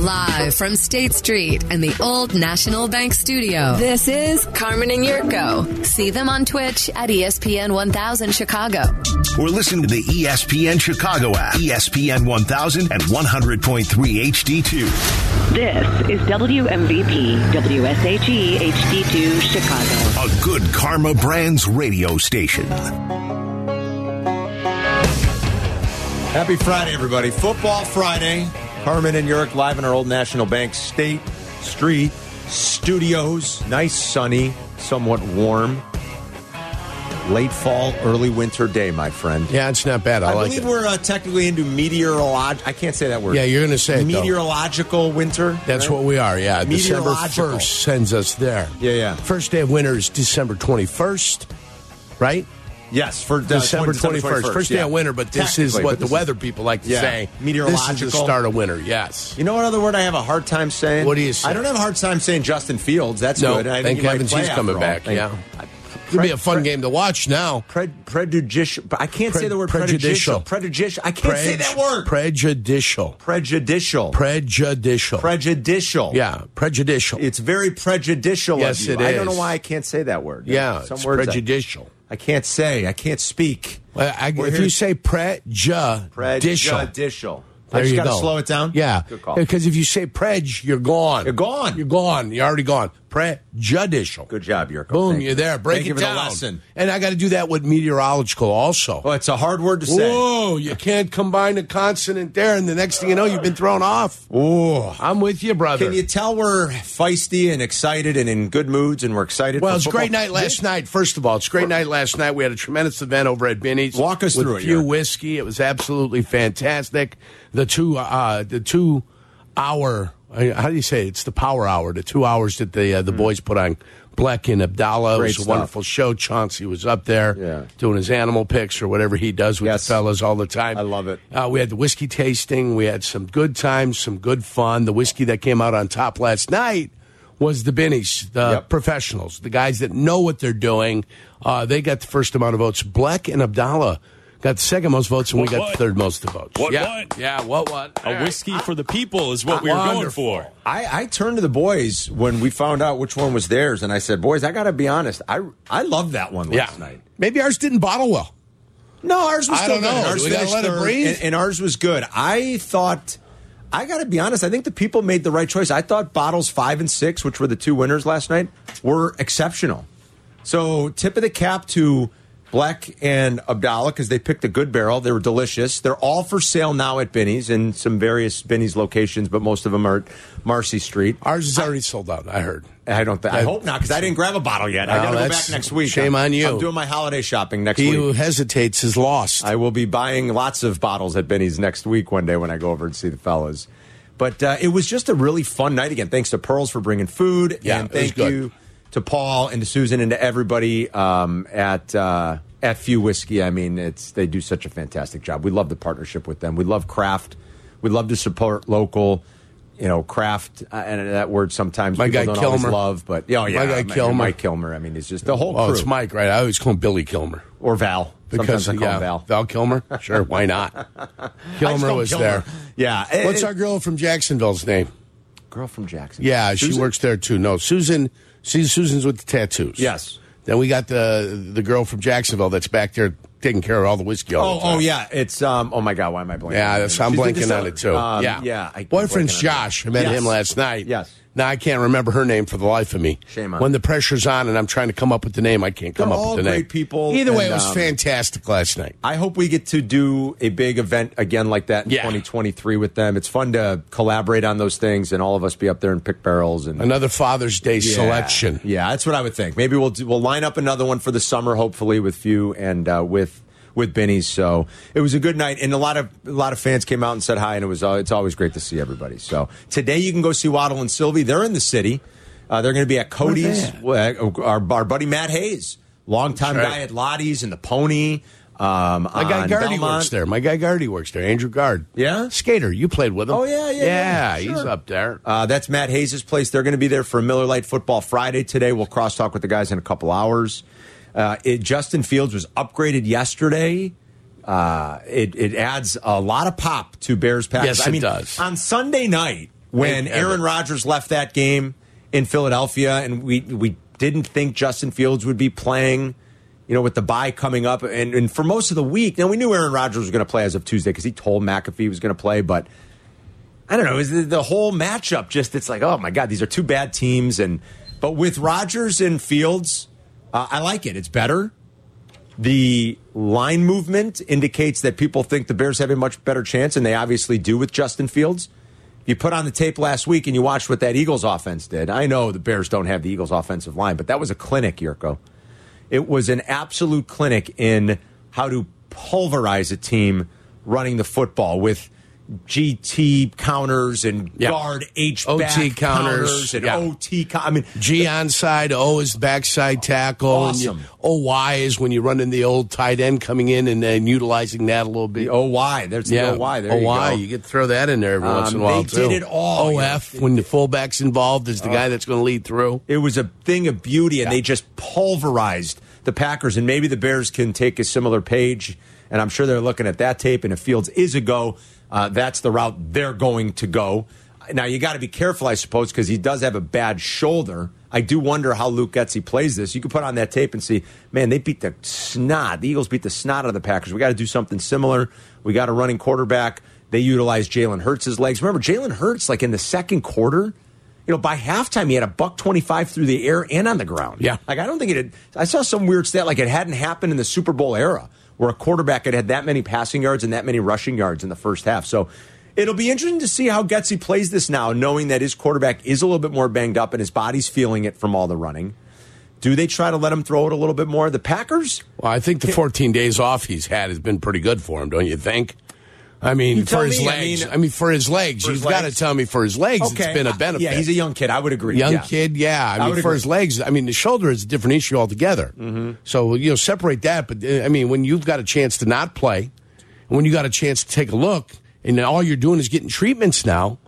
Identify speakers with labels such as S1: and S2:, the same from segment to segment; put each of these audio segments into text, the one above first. S1: Live from State Street and the Old National Bank Studio, this is Carmen and Yurko. See them on Twitch at E ESPN 1000 Chicago.
S2: Or listen to the E ESPN Chicago app, E ESPN 1000 and 100.3 HD2.
S3: This is WMVP WSHE HD2 Chicago.
S2: A good Karma Brands radio station.
S4: Happy Friday, everybody. Football Friday. Carmen and Yurick live in our old National Bank State Street studios. Nice, sunny, somewhat warm. Late fall, early winter day, my friend.
S5: Yeah, it's not bad. I,
S4: I,
S5: like
S4: believe
S5: it.
S4: we're uh, technically into meteorological. I can't say that word.
S5: Yeah, you're gonna say it, though.
S4: meteorological winter.
S5: That's
S4: right?
S5: what we are. Yeah, December
S4: Meteorological.
S5: first sends us there.
S4: Yeah, yeah.
S5: First day of winter is December twenty first, right?
S4: Yes, for uh,
S5: December twenty first. First day
S4: yeah.
S5: of winter, but this is
S4: Technically,
S5: what
S4: but
S5: the
S4: this is-
S5: weather people like to
S4: Yeah.
S5: say. This
S4: Meteorological.
S5: is the start of winter. Yes.
S4: You know what other word I have a hard time saying?
S5: What do you say?
S4: I don't have a hard time saying Justin Fields. That's
S5: No,
S4: good. I think
S5: thank
S4: he might
S5: heavens
S4: play
S5: he's
S4: after
S5: coming
S4: all.
S5: back,
S4: Thank-
S5: yeah.
S4: I-
S5: It'll be a fun
S4: Fred-
S5: game to watch now.
S4: Pre- prejudicial. I can't
S5: Pre-
S4: say the word
S5: prejudicial.
S4: prejudicial. Prejudicial. I can't say that
S5: Prejud-
S4: word.
S5: Prejudicial.
S4: prejudicial.
S5: Prejudicial.
S4: prejudicial.
S5: yeah, prejudicial.
S4: It's very prejudicial
S5: Yes,
S4: of you.
S5: it
S4: I don't
S5: is.
S4: know why I can't say that word.
S5: yeah,
S4: Some
S5: it's
S4: words I-
S5: prejudicial.
S4: I, can't say. I can't speak.
S5: Well, I-
S4: We're
S5: if
S4: here-
S5: you say prejudicial,
S4: prejudicial.
S5: There
S4: I just
S5: you
S4: gotta
S5: go.
S4: slow it down.
S5: Yeah,
S4: Good call.
S5: because if you say prej, you're gone.
S4: You're gone.
S5: You're gone. You're already gone. Prejudicial.
S4: Good job, Yurko.
S5: Boom.
S4: Thank
S5: you're
S4: you.
S5: there. Break
S4: Thank
S5: it
S4: you for
S5: down.
S4: The lesson.
S5: And I got to do that with meteorological also.
S4: Oh, it's a hard word to say.
S5: Whoa! You can't combine a consonant there, and the next thing you know, you've been thrown off.
S4: Ooh.
S5: I'm with you, brother.
S4: Can you tell we're feisty and excited and in good moods and we're excited?
S5: well,
S4: for
S5: it's a
S4: football?
S5: great night last
S4: This-
S5: night. First of all, it's a great night last night. We had a tremendous event over at Binny's.
S4: Walk us
S5: with
S4: through it,
S5: Pew
S4: yeah.
S5: whiskey. It was absolutely fantastic. The two, uh, the two hour. I- How do you say it? it's the power hour? The two hours that the uh, the boys put on Bleck and Abdallah
S4: Hmm. Great
S5: it was a
S4: stuff.
S5: wonderful show. Chauncey was up there
S4: Yeah.
S5: doing his animal picks or whatever he does with
S4: Yes.
S5: the fellas all the time.
S4: I love it.
S5: Uh, we had the whiskey tasting. We had some good times, some good fun. The whiskey that came out on top last night was the Binnies, the
S4: Yep.
S5: professionals, the guys that know what they're doing. Uh, they got the first amount of votes. Bleck and Abdallah got the second most votes, and
S6: What,
S5: we got
S6: what?
S5: the third most votes.
S6: What,
S5: yeah.
S6: what?
S5: Yeah, what, what? All
S6: A
S5: right.
S6: whiskey for the people is
S4: Ah,
S6: what we were going
S5: Wonderful.
S6: for.
S4: I, I turned to the boys when we found out which one was theirs, and I said, "Boys, I got to be honest. I I loved that one
S5: Yeah.
S4: last night.
S5: Maybe ours didn't bottle well.
S4: No, ours was
S5: I
S4: still
S5: don't
S4: good.
S5: know.
S4: Ours
S5: Do we gotta
S4: finished
S5: let it
S4: third,
S5: breathe?
S4: And, and ours was good. I thought. I got to be honest. I think the people made the right choice. I thought bottles five and six, which were the two winners last night, were exceptional. So tip of the cap to Black and Abdallah because they picked a good barrel. They were delicious. They're all for sale now at Binny's and some various Binny's locations, but most of them are at Marcy Street.
S5: Ours is already sold out, I heard.
S4: I don't. think I hope not because I didn't grab a bottle yet. I got
S5: Oh,
S4: to go
S5: that's-
S4: back next week.
S5: shame
S4: I'm-
S5: on you.
S4: I'm doing my holiday shopping next
S5: He
S4: week.
S5: who hesitates is lost.
S4: I will be buying lots of bottles at Benny's next week one day when I go over and see the fellas. But uh, it was just a really fun night again. Thanks to Pearls for bringing food.
S5: Yeah,
S4: and
S5: it was
S4: thank
S5: good.
S4: you to Paul and to Susan and to everybody um, at uh, at Few Whiskey. I mean, it's they do such a fantastic job. We love the partnership with them. We love craft. We love to support local. You know, craft uh, and that word sometimes
S5: My
S4: people
S5: guy
S4: don't always
S5: Kilmer.
S4: love, but oh yeah,
S5: My guy
S4: Ma-
S5: Kilmer.
S4: Mike Kilmer. I mean, it's just the whole
S5: oh,
S4: crew
S5: it's Mike, right? I always call him Billy Kilmer.
S4: or Val. Sometimes I call
S5: yeah,
S4: him Val.
S5: Kilmer? Sure, why not?
S4: I just
S5: Kilmer
S4: don't
S5: was
S4: kill her.
S5: there.
S4: Yeah. it-
S5: What's
S4: it-
S5: our girl from Jacksonville's name?
S4: girl from Jackson?
S5: Yeah, she
S4: Susan?
S5: works there too. No, Susan. See, Susan's with the tattoos.
S4: Yes.
S5: Then we got the the girl from Jacksonville that's back there taking care of all the whiskey. All
S4: Oh,
S5: the
S4: oh
S5: time.
S4: yeah. It's um. Oh my God. Why am I blanking?
S5: Yeah, that's, I'm
S4: She's the
S5: blanking on
S4: distiller.
S5: it too.
S4: Um,
S5: yeah,
S4: Yeah. I keep
S5: Boyfriend's
S4: blanking on
S5: Josh.
S4: it.
S5: I met
S4: Yes.
S5: him last night.
S4: Yes.
S5: Now I can't remember her name for the life of me.
S4: Shame on
S5: When
S4: you.
S5: the pressure's on and I'm trying to come up with the name, I can't come
S4: They're
S5: up
S4: all
S5: with the name.
S4: great people,
S5: Either way,
S4: and,
S5: it was
S4: um,
S5: fantastic last night.
S4: I hope we get to do a big event again like that in
S5: Yeah.
S4: 2023 with them. It's fun to collaborate on those things and all of us be up there and pick barrels and
S5: Another Father's Day
S4: Yeah.
S5: selection.
S4: Yeah, that's what I would think. Maybe we'll do, we'll line up another one for the summer, hopefully with few and uh, with with Benny's. So it was a good night, and a lot of a lot of fans came out and said hi, and it was uh, it's always great to see everybody. So today you can go see Waddle and Sylvie. They're in the city. Uh, they're going to be at Cody's. Uh, our, our buddy Matt Hayes, longtime
S5: That's right.
S4: guy at Lottie's and the Pony. Um,
S5: My guy
S4: on
S5: Gardy
S4: Belmont.
S5: works there. My guy Gardy works there. Andrew Gard.
S4: Yeah?
S5: Skater. You played with him.
S4: Oh, yeah, yeah, yeah,
S5: he's
S4: sure.
S5: up there.
S4: Uh, that's Matt Hayes' place. They're going to be there for Miller Lite Football Friday today. We'll crosstalk with the guys in a couple hours. Uh, it, Justin Fields was upgraded yesterday. uh, it, it adds a lot of pop to Bears Packers.
S5: Yes, it
S4: I mean,
S5: does.
S4: on Sunday night when
S5: It-
S4: Aaron Rodgers left that game in Philadelphia, and we we didn't think Justin Fields would be playing. You know, with the bye coming up, and, and for most of the week, now we knew Aaron Rodgers was going to play as of Tuesday because he told McAfee he was going to play, but I don't know. Is the, the whole matchup just? It's like, oh my god, these are two bad teams, and but with Rodgers and Fields, uh, I like it. It's better. The line movement indicates that people think the Bears have a much better chance, and they obviously do with Justin Fields. You put on the tape last week and you watched what that Eagles offense did. I know the Bears don't have the Eagles offensive line, but that was a clinic, Yurko. It was an absolute clinic in how to pulverize a team running the football with GT counters and
S5: Yeah.
S4: guard H
S5: OT
S4: back
S5: counters,
S4: and
S5: yeah.
S4: OT. Co- I mean,
S5: G onside, O is backside tackle. And
S4: Awesome.
S5: you, OY is when you run in the old tight end coming in and, and utilizing that a little bit.
S4: the OY. There's the OY. There you
S5: OY,
S4: go.
S5: you, get to throw that in there every once in a
S4: Um,
S5: while,
S4: they
S5: too.
S4: did it all, you know.
S5: OF, when the fullback's involved, is the guy that's going to lead through.
S4: It was a thing of beauty, and they just pulverized the Packers. And maybe the Bears can take a similar page. And I'm sure they're looking at that tape. And if Fields is a go, uh, that's the route they're going to go. Now you got to be careful, I suppose, because he does have a bad shoulder. I do wonder how Luke Getzey plays this. You can put on that tape and see, man, they beat the snot. The Eagles beat the snot out of the Packers. We got to do something similar. We got a running quarterback. They utilize Jalen Hurts' legs. Remember, Jalen Hurts, like in the second quarter, you know, by halftime, he had a buck 25 through the air and on the ground.
S5: Yeah.
S4: Like, I don't think it had, I saw some weird stat, like, it hadn't happened in the Super Bowl era where a quarterback had had that many passing yards and that many rushing yards in the first half. So it'll be interesting to see how Getzey plays this now, knowing that his quarterback is a little bit more banged up and his body's feeling it from all the running. Do they try to let him throw it a little bit more? The Packers?
S5: Well, I think the 14 days off he's had has been pretty good for him, don't you think? I
S4: You
S5: mean,
S4: tell
S5: for his
S4: me, I
S5: legs. I
S4: mean-
S5: mean, for his legs.
S4: For his
S5: You've got to
S4: legs?
S5: tell me for his legs, it's been a benefit.
S4: Yeah, he's a young kid. I would agree.
S5: young
S4: Yeah.
S5: kid. Yeah, I,
S4: I would
S5: mean, for
S4: agree. Mm-hmm.
S5: his legs, I mean, the shoulder is a different issue altogether. So you know, separate that. But uh, I mean, when you've got a chance to not play, when you got a chance to take a look, and all you're doing is getting treatments now,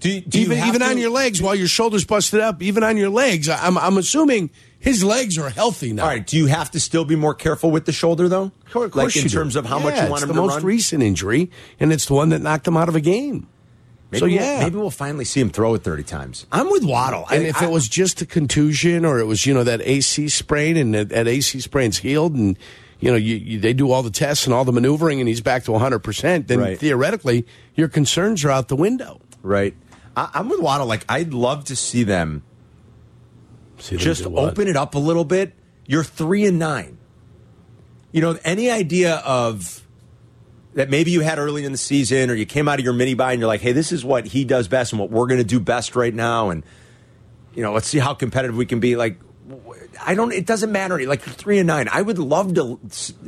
S4: Do, do you
S5: even
S4: have
S5: even
S4: to-
S5: on your legs while your shoulders busted up, even on your legs, I- I'm I'm assuming his legs are healthy now.
S4: All right. Do you have to still be more careful with the shoulder, though?
S5: Of course
S4: like in
S5: you do.
S4: terms of how
S5: Yeah,
S4: much you want
S5: it's
S4: him
S5: the
S4: to
S5: most
S4: run.
S5: recent injury, and it's the one that knocked him out of a game.
S4: Maybe
S5: so
S4: we'll-
S5: yeah,
S4: maybe we'll finally see him throw it thirty times. I'm with Waddle.
S5: And if it was just a contusion or it was, you know, that AC sprain and that, that AC sprain's healed and, you know, you, you, they do all the tests and all the maneuvering and he's back to 100%, then
S4: Right.
S5: theoretically your concerns are out the window.
S4: right, I, I'm with Waddle. Like I'd love to see them
S5: See, they
S4: just
S5: do what?
S4: open it up a little bit. You're three and nine. You know, any idea of that maybe you had early in the season or you came out of your mini buy and you're like, hey, this is what he does best and what we're going to do best right now. And, you know, let's see how competitive we can be. Like, w- I don't, it doesn't matter. Like, you're three and nine. I would love to,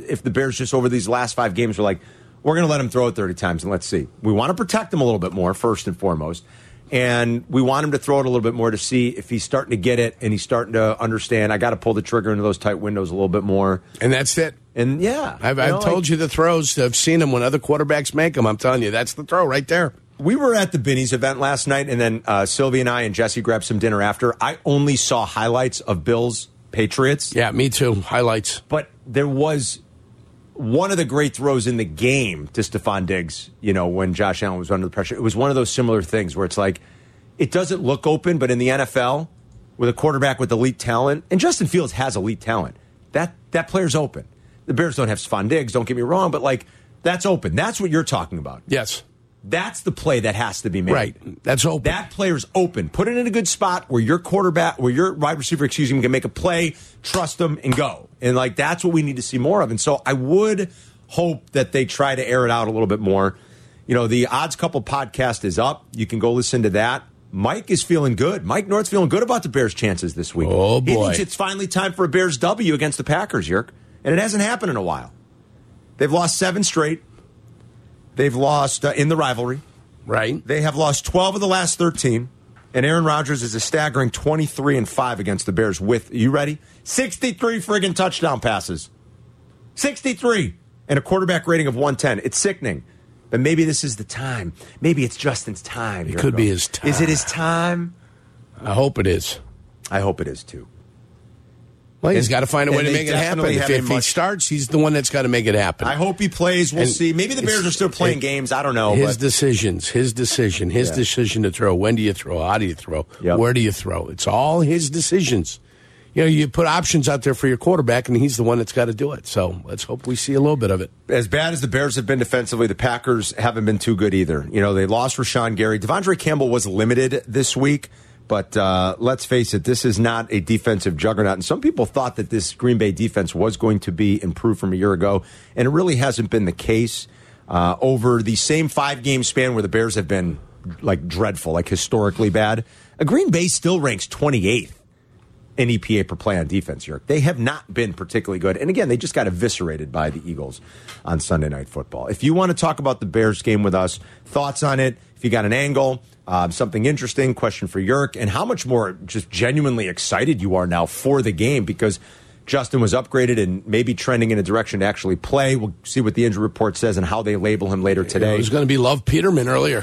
S4: if the Bears just over these last five games were like, we're going to let him throw it 30 times and let's see. We want to protect him a little bit more, first and foremost. And we want him to throw it a little bit more to see if he's starting to get it and he's starting to understand. I got to pull the trigger into those tight windows a little bit more.
S5: And that's it.
S4: And yeah,
S5: I've, I've told you the throws. I've seen them when other quarterbacks make them. I'm telling you, that's the throw right there.
S4: we were at the Binnie's event last night, and then uh, Sylvie and I and Jesse grabbed some dinner after. I only saw highlights of Bills Patriots,
S5: Yeah, me too. Highlights.
S4: but there was one of the great throws in the game to Stephon Diggs. You know, when Josh Allen was under the pressure, it was one of those similar things where it's like it doesn't look open, but in the NFL, with a quarterback with elite talent, and Justin Fields has elite talent, that that player's open. The Bears don't have Stephon Diggs. Don't get me wrong, but like that's open. That's what you're talking about.
S5: Yes.
S4: That's the play that has to be made.
S5: Right. That's open.
S4: That player's open. Put it in a good spot where your quarterback, where your wide receiver, excuse me, can make a play, trust them, and go. And like that's what we need to see more of. And so I would hope that they try to air it out a little bit more. You know, the Odds Couple podcast is up. You can go listen to that. Mike is feeling good. Mike North's feeling good about the Bears' chances this week.
S5: Oh,
S4: He
S5: boy.
S4: thinks it's finally time for a Bears W against the Packers, Yerk. And it hasn't happened in a while. They've lost seven straight. They've lost uh, in the rivalry.
S5: Right.
S4: They have lost 12 of the last 13, and Aaron Rodgers is a staggering 23 and 5 against the Bears with, you ready? 63 friggin' touchdown passes. 63 and a quarterback rating of 110. It's sickening. But maybe this is the time. Maybe it's Justin's time. It
S5: could be his time.
S4: Is it his time?
S5: I hope it is.
S4: I hope it is too.
S5: Well, he's got to find a way
S4: And
S5: to
S4: they
S5: make it happen.
S4: definitely
S5: If,
S4: have a
S5: if he
S4: much-
S5: starts, he's the one that's got to make it happen.
S4: I hope he plays. We'll
S5: And
S4: see. Maybe the Bears
S5: it's-
S4: are still playing
S5: it-
S4: games. I don't know.
S5: His
S4: Oh, but
S5: decisions, his decision, his
S4: Yeah.
S5: decision to throw. When do you throw? How do you throw?
S4: Yep.
S5: Where do you throw? It's all his decisions. You know, you put options out there for your quarterback, and he's the one that's got to do it. So let's hope we see a little bit of it.
S4: as bad as the Bears have been defensively, the Packers haven't been too good either. You know, they lost Rashawn Gary. Devondre Campbell was limited this week, but uh, let's face it, this is not a defensive juggernaut. And some people thought that this Green Bay defense was going to be improved from a year ago, and it really hasn't been the case uh, over the same five game span where the Bears have been like dreadful, like historically bad. Uh, Green Bay still ranks 28th an EPA per play on defense, York. They have not been particularly good. And again, they just got eviscerated by the Eagles on Sunday Night Football. If you want to talk about the Bears game with us, thoughts on it, if you got an angle, um, something interesting, question for York, and how much more just genuinely excited you are now for the game because Justin was upgraded and maybe trending in a direction to actually play. We'll see what the injury report says and how they label him later
S5: You know,
S4: today.
S5: it was going to be Love Peterman earlier.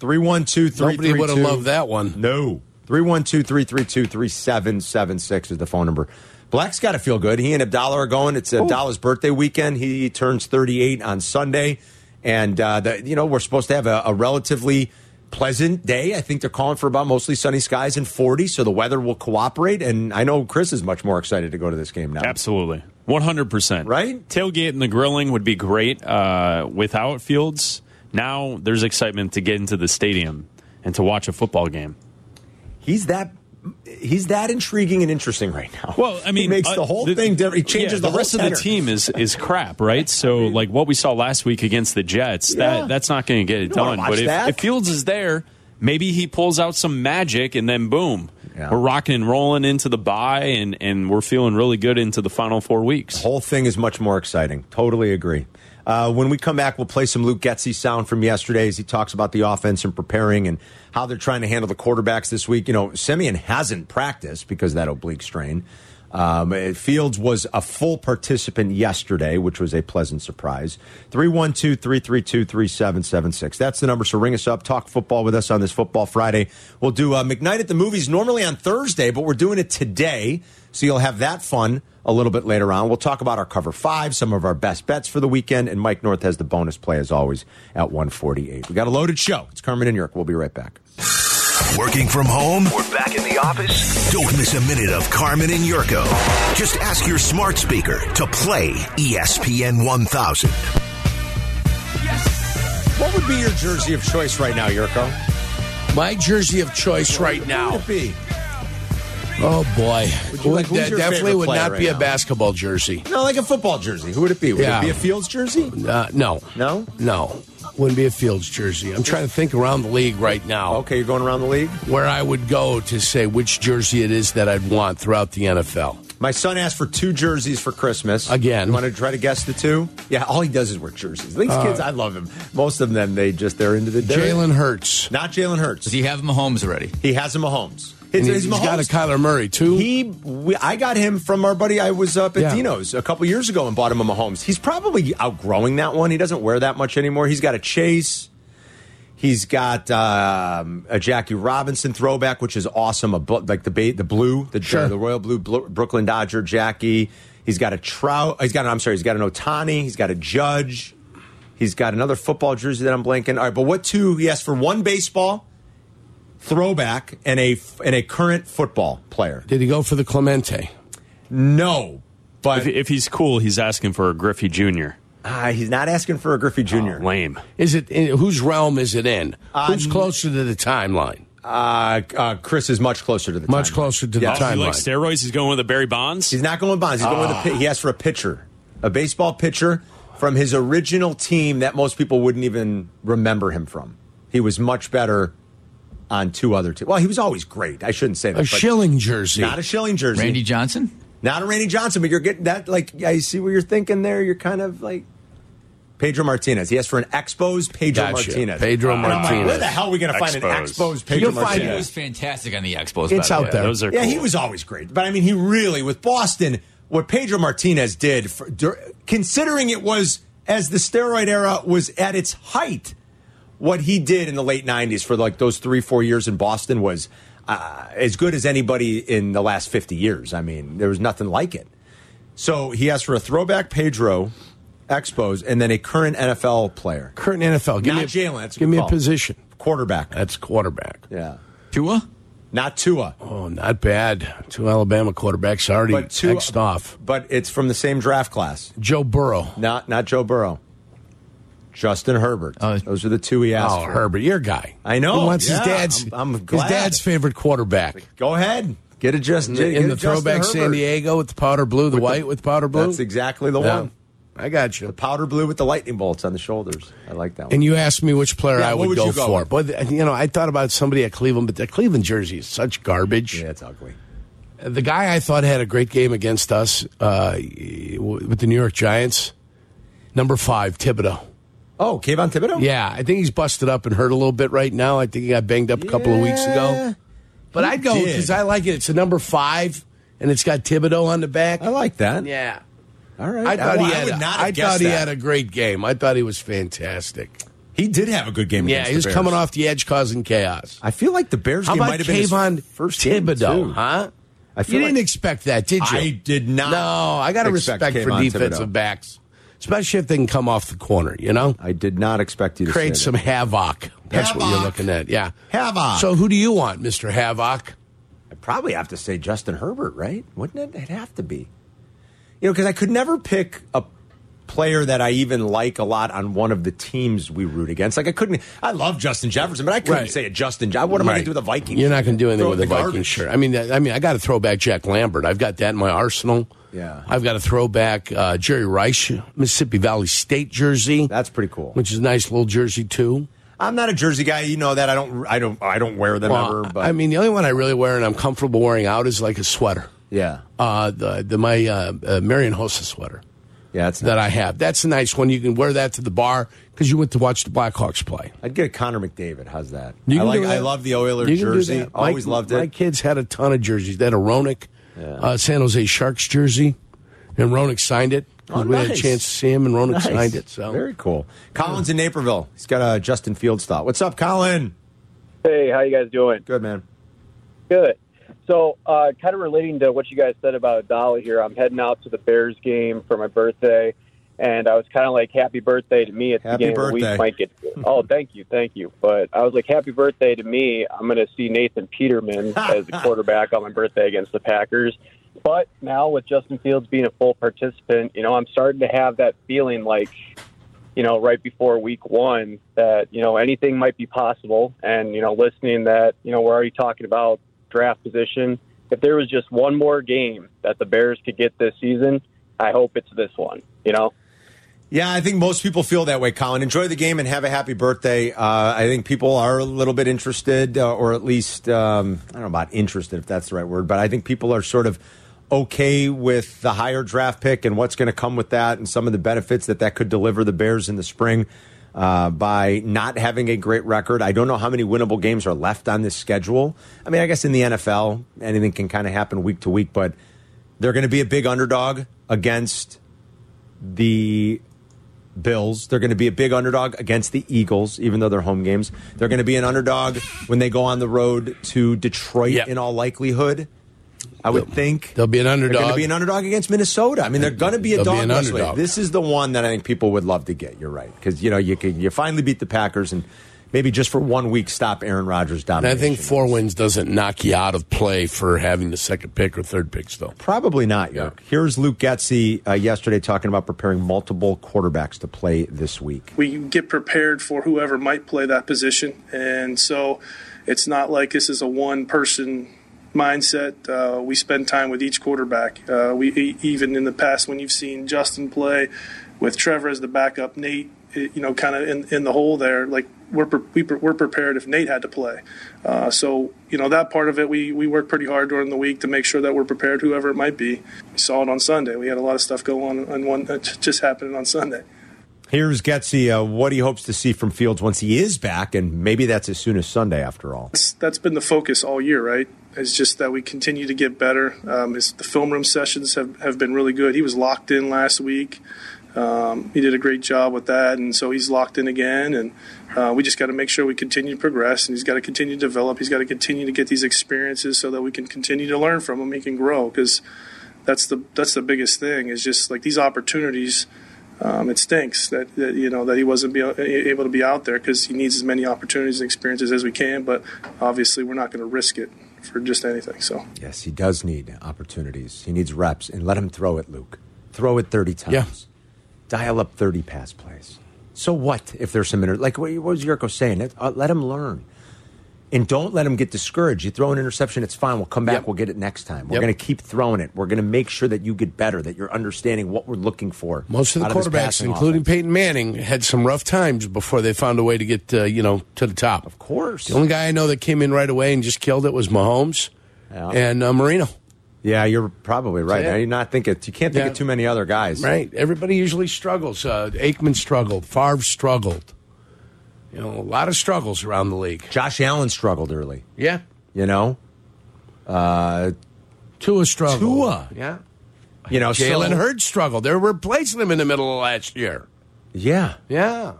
S4: Three one two three
S5: Nobody
S4: three two.
S5: would've loved that one.
S4: No. Three one two three three two three seven seven six is the phone number. Black's got to feel good. He and Abdallah are going. It's Abdallah's birthday weekend. He turns thirty eight on Sunday, and uh, the, you know we're supposed to have a, a relatively pleasant day. I think they're calling for about mostly sunny skies and forty, so the weather will cooperate. And I know Chris is much more excited to go to this game now.
S6: Absolutely. 100%.
S4: Right?
S6: Tailgate and the grilling would be great uh, without fields. Now there's excitement to get into the stadium and to watch a football game.
S4: He's that. He's that intriguing and interesting right now.
S6: Well, I mean,
S4: he makes
S6: uh,
S4: the whole thing different. He changes
S6: yeah,
S4: the, whole
S6: rest of
S4: tenor.
S6: the team is is crap, right? So, like what we saw last week against the Jets,
S4: Yeah.
S6: that that's not going to get it
S4: don't wanna
S6: done.
S4: watch
S6: But if,
S4: that.
S6: if Fields is there, maybe he pulls out some magic, and then boom,
S4: Yeah.
S6: we're rocking and rolling into the bye, and and we're feeling really good into the final four weeks.
S4: whole thing is much more exciting. Totally agree. Uh, when we come back, we'll play some Luke Getzey sound from yesterday as he talks about the offense and preparing and how they're trying to handle the quarterbacks this week. You know, Simeon hasn't practiced because of that oblique strain. Um, eh, Fields was a full participant yesterday, which was a pleasant surprise. 312 332 3776. That's the number. So ring us up, talk football with us on this Football Friday. We'll do uh, McKnight at the Movies normally on Thursday, but we're doing it today. So you'll have that fun a little bit later on. We'll talk about our cover five, some of our best bets for the weekend, and Mike North has the bonus play as always at 148. We got a loaded show. It's Carmen and York. We'll be right back.
S2: Working from home? We're back in the office? Don't miss a minute of Carmen and Yurko. Just ask your smart speaker to play E ESPN 1000.
S4: What would be your jersey of choice right now, Yurko?
S5: My jersey of choice right
S4: What
S5: now.
S4: would it be?
S5: Oh boy,
S4: Would you like- who's
S5: that
S4: your
S5: definitely
S4: favorite
S5: would
S4: player
S5: not be
S4: right
S5: a
S4: now?
S5: basketball jersey.
S4: No, like a football jersey. Who would it be? Would
S5: Yeah.
S4: it be a Fields jersey?
S5: Uh, no,
S4: No?
S5: no, wouldn't be a Fields jersey. I'm trying to think around the league right now.
S4: Okay, you're going around the league?
S5: where I would go to say which jersey it is that I'd want throughout the NFL.
S4: My son asked for two jerseys for Christmas.
S5: Again. Uh,
S4: You want to try to guess the two? Yeah, all he does is wear jerseys. These kids, I love him. Most of them, they just, they're into the they're-
S5: Jalen Hurts.
S4: Not Jalen Hurts.
S7: Does he have Mahomes already?
S4: He has a Mahomes.
S5: And
S4: It's,
S5: he-
S4: it's
S5: he's got a
S4: Mahomes.
S5: Kyler Murray too.
S4: He, we, I got him from our buddy. I was up at
S5: Yeah.
S4: Dino's a couple years ago and bought him a Mahomes. He's probably outgrowing that one. He doesn't wear that much anymore. He's got a Chase. He's got um, a Jackie Robinson throwback, which is awesome. A bu- like the ba- the blue, the
S5: Sure.
S4: the royal blue Bl- Brooklyn Dodger Jackie. He's got a Trout. He's got an. I'm sorry. He's got an Otani. He's got a Judge. He's got another football jersey that I'm blanking. All right, but what two? He asked for one baseball throwback and a and a current football player.
S5: Did he go for the Clemente?
S4: No,
S6: If,
S4: but
S6: if he's cool, he's asking for a Griffey Jr.
S4: uh, he's not asking for a Griffey Jr.
S6: Lame.
S5: Is it in, whose realm is it in? Who's closer to the timeline?
S4: Uh, uh, Chris is much closer to the
S5: Much
S4: timeline.
S5: closer to the
S6: Oh, he
S5: timeline.
S6: likes steroids. He's going with the Barry Bonds.
S4: He's not going with Bonds. He's going with a. pi- He asked for a pitcher, a baseball pitcher from his original team that most people wouldn't even remember him from. He was much better on two other teams. Well, he was always great. I shouldn't say that.
S5: a
S4: but
S5: shilling jersey.
S4: Not a Schilling jersey.
S7: Randy Johnson?
S4: Not a Randy Johnson, but you're getting that. Like, I see what you're thinking there. You're kind of like Pedro Martinez. He asked for an Expos Pedro
S5: Gotcha.
S4: Martinez.
S5: Pedro
S4: And I'm like,
S5: Martinez.
S4: Where the hell are we going to find an
S6: Expos.
S4: Expos Pedro
S5: You'll find
S7: He
S4: Martinez?
S7: was fantastic on the Expos.
S5: It's
S7: by the
S5: out
S7: way.
S5: there.
S6: Those are
S4: Yeah,
S6: cool.
S4: he was always great. But I mean, he really with Boston. What Pedro Martinez did, for, dur- considering it was as the steroid era was at its height, what he did in the late '90s for like those three, four years in Boston was uh, as good as anybody in the last 50 years. I mean, there was nothing like it. So he asked for a throwback Pedro expos and then a current NFL player.
S5: Current NFL. Give
S4: Not
S5: me a,
S4: Jalen. That's a
S5: Give
S4: good
S5: me a
S4: call.
S5: position.
S4: Quarterback.
S5: That's quarterback.
S4: yeah.
S7: Tua?
S4: Not Tua.
S5: Oh, not bad. Two Alabama quarterbacks already
S4: But uh, Tua.
S5: X'd off.
S4: But it's from the same draft class.
S5: Joe Burrow.
S4: Not not Joe Burrow. Justin Herbert.
S7: Oh.
S4: Those are the two he asked
S5: Oh,
S4: for.
S5: Herbert, your guy.
S4: I know,
S5: Who wants
S4: yeah,
S5: his dad's
S4: I'm- I'm
S5: his
S4: glad.
S5: dad's favorite quarterback
S4: Go ahead. Get a Justin.
S5: in the,
S4: get
S5: in
S4: a
S5: the
S4: Justin
S5: throwback
S4: Herbert.
S5: San Diego with the powder blue,
S4: With
S5: the
S4: the-
S5: white with powder blue.
S4: That's exactly the
S5: Yeah.
S4: one.
S5: I got you.
S4: Powder blue with the lightning bolts on the shoulders. I like that one.
S5: And you asked me which player
S4: Yeah,
S5: I
S4: what
S5: would,
S4: would
S5: go,
S4: you go
S5: for.
S4: with?
S5: But you know, I thought about somebody at Cleveland, but the Cleveland jersey is such garbage.
S4: yeah, it's ugly.
S5: The guy I thought had a great game against us uh, with the New York Giants, number five, Thibodeau.
S4: Oh, Kayvon Thibodeau.
S5: Yeah, I think he's busted up and hurt a little bit right now. I think he got banged up a couple of weeks
S4: Yeah,
S5: ago. But
S4: he
S5: I'd go
S4: did.
S5: because I like it. It's a number five, and it's got Thibodeau on the back.
S4: I like that.
S5: Yeah,
S4: All right.
S5: I thought
S4: I,
S5: he
S4: I
S5: had.
S4: would
S5: a-
S4: not have
S5: I
S4: guessed
S5: thought he
S4: that.
S5: had a great game. I thought he was fantastic.
S4: He did have a good game.
S5: Yeah,
S4: against
S5: he was
S4: the Bears.
S5: coming off the edge, causing chaos.
S4: I feel like the Bears
S5: How
S4: game
S5: about
S4: might have been his
S5: Kayvon
S4: first game,
S5: Thibodeau?
S4: too.
S5: Huh?
S4: I
S5: You
S4: feel
S5: didn't
S4: like-
S5: expect that, did you?
S4: I did not
S5: No, I got a
S4: expect
S5: respect for
S4: Kayvon
S5: defensive
S4: Thibodeau.
S5: backs, especially if they can come off the corner. You know,
S4: I did not expect you to
S5: create
S4: say
S5: some
S4: that.
S5: havoc. That's what you're
S4: Havoc.
S5: looking at. Yeah,
S4: Havoc.
S5: So who do you want, Mister Havoc?
S4: I'd probably have to say Justin Herbert, right? Wouldn't it? It'd have to be. You know, because I could never pick a player that I even like a lot on one of the teams we root against. Like I couldn't. I love Justin Jefferson, but I couldn't
S5: Right.
S4: say a Justin. Je- What am I going to do with a Viking?
S5: You're not going to do anything with a Viking
S4: garbage.
S5: shirt. I mean, that- I mean, I got a throwback Jack Lambert. I've got that in my arsenal.
S4: Yeah.
S5: I've got a throwback uh, Jerry Rice Mississippi Valley State jersey.
S4: That's pretty cool.
S5: Which is a nice little jersey too.
S4: I'm not a jersey guy. You know that. I don't. I don't. I don't wear them
S5: Well,
S4: ever. But
S5: Uh, I mean, the only one I really wear and I'm comfortable wearing out is like a sweater.
S4: yeah,
S5: Uh, the, the my uh, uh, Marion Hossa sweater
S4: yeah. It's
S5: that
S4: not.
S5: I have. That's a nice one. You can wear that to the bar because you went to watch the Blackhawks play.
S4: I'd get a Connor McDavid. How's that?
S5: You
S4: I
S5: can
S4: like.
S5: do that.
S4: I love the Oilers
S5: You can do
S4: jersey.
S5: that. My-
S4: Always loved it.
S5: My kids had a ton of jerseys. They had a Ronick uh, San Jose Sharks jersey, and Ronick signed it. 'cause
S4: Oh,
S5: we had a
S4: nice.
S5: chance to see him, and Ronick
S4: Nice.
S5: signed it. So
S4: very cool. Colin's in Naperville. He's got a Justin Fields thought. What's up, Colin?
S8: Hey, how you guys doing?
S4: Good man.
S8: Good. So, uh, kind of relating to what you guys said about Dolly here, I'm heading out to the Bears game for my birthday, and I was kind of like, "Happy birthday to me!" At the
S4: Happy
S8: beginning of the
S4: birthday.
S8: week, might get. Oh, thank you, thank you. But I was like, "Happy birthday to me!" I'm going to see Nathan Peterman as the quarterback on my birthday against the Packers. But now with Justin Fields being a full participant, you know, I'm starting to have that feeling like you know, right before week one that, you know, anything might be possible. And, you know, listening that, you know, we're already talking about draft position. If there was just one more game that the Bears could get this season, I hope it's this one, you know?
S4: Yeah, I think most people feel that way, Colin. Enjoy the game and have a happy birthday. Uh, I think people are a little bit interested, uh, or at least, um, I don't know about interested if that's the right word, but I think people are sort of okay with the higher draft pick and what's going to come with that and some of the benefits that that could deliver the Bears in the spring uh, by not having a great record. I don't know how many winnable games are left on this schedule. I mean, I guess in the NFL, anything can kind of happen week to week, but they're going to be a big underdog against the Bills. They're going to be a big underdog against the Eagles, even though they're home games. They're going to be an underdog when they go on the road to Detroit,
S5: Yeah.
S4: in all likelihood. I would think
S5: they'll be an
S4: They're going
S5: underdog.
S4: to be an underdog against Minnesota. I mean, they're going to be a
S5: They'll be
S4: dog.
S5: an
S4: this way.
S5: underdog.
S4: This is the one that I think people would love to get. You're right because you know you could you finally beat the Packers and maybe just for one week stop Aaron Rodgers
S5: and I
S4: domination.
S5: think four wins doesn't knock you out of play for having the second pick or third pick still.
S4: Probably not, York. Here's Luke Getzey uh, yesterday talking about preparing multiple quarterbacks to play this week.
S9: we get prepared for whoever might play that position. And so it's not like this is a one person mindset. Uh, we spend time with each quarterback. Uh, we e- even in the past when you've seen Justin play with Trevor as the backup, Nate, eh, you know, kind of in, in the hole there. Like we're pre- we pre- we're prepared if Nate had to play. Uh, so you know that part of it, we we work pretty hard during the week to make sure that we're prepared, whoever it might be. We saw it on Sunday. We had a lot of stuff go on on one that j- just happening on Sunday.
S4: Here's Getzey, uh, what he hopes to see from Fields once he is back, and maybe that's as soon as Sunday after all.
S9: that's that's been the focus all year, right? It's just that we continue to get better. Um, his, the film room sessions have, have been really good. He was locked in last week. Um, he did a great job with that, and so he's locked in again. And uh, we just got to make sure we continue to progress, and he's got to continue to develop. He's got to continue to get these experiences so that we can continue to learn from him. He can grow because that's the that's the biggest thing is just like these opportunities. Um, it stinks that, that you know that he wasn't be, able to be out there because he needs as many opportunities and experiences as we can. But obviously, we're not going to risk it for just anything. So
S4: Yes, he does need opportunities. He needs reps, and let him throw it, Luke. Throw it thirty times.
S5: Yeah.
S4: Dial up thirty pass plays. So what if there's some inter- like what what was Yurko saying? Let- uh, let him learn, and don't let him get discouraged. You throw an interception, it's fine. We'll come back.
S5: Yep.
S4: We'll get it next time. We're
S5: Yep.
S4: going to keep throwing it. We're going to make sure that you get better. That you're understanding what we're looking for.
S5: Most of the
S4: out this
S5: quarterbacks,
S4: passing
S5: including
S4: offense.
S5: Peyton Manning, had some rough times before they found a way to get uh, you know to the top.
S4: of course.
S5: The only guy I know that came in right away and just killed it was Mahomes
S4: Yeah.
S5: and uh, Marino.
S4: Yeah, you're probably right.
S5: Yeah.
S4: Now, You're not thinking. You can't think
S5: Yeah.
S4: of too many other guys.
S5: Right. Everybody usually struggles. Uh, Aikman struggled. Favre struggled. You know, a lot of struggles around the league.
S4: Josh Allen struggled early.
S5: Yeah.
S4: You know. Uh,
S5: Tua struggled.
S4: Tua.
S5: Yeah.
S4: you know. so-
S5: Jalen Hurd struggled. They were replacing him in the middle of last year.
S4: Yeah.
S5: Yeah.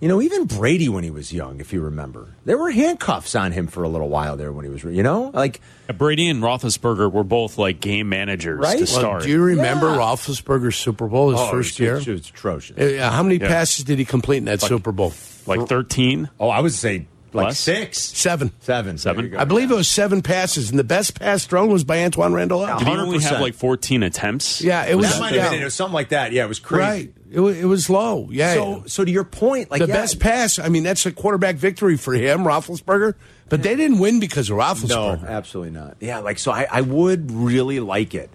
S4: You know, even Brady when he was young, if you remember, there were handcuffs on him for a little while there when he was, you know, like
S6: Brady and Roethlisberger were both like game managers
S4: Right? Well,
S6: to start.
S5: do you remember
S4: Yeah.
S5: Roethlisberger's Super Bowl his
S4: Oh,
S5: first
S4: it
S5: year?
S4: was- it was atrocious.
S5: Uh, how many
S6: Yeah.
S5: passes did he complete in that Super Bowl?
S6: like 13?
S4: oh, I would say like
S6: Less?
S4: six,
S5: Seven.
S4: seven,
S6: Seven.
S4: There you go.
S5: I believe it was seven passes, and the best pass thrown was by Antoine Randall.
S6: Did he only have
S4: 100%.
S6: like 14 attempts?
S5: Yeah, it was
S4: that might have been it. It was something like that. Yeah, it was crazy.
S5: right. It was, it was low. Yeah.
S4: So, so to your point, like
S5: the
S4: yeah,
S5: best pass. I mean, that's a quarterback victory for him, Roethlisberger. But they didn't win because of
S4: No,
S5: Roethlisberger.
S4: absolutely not. Yeah, like so, I, I would really like it.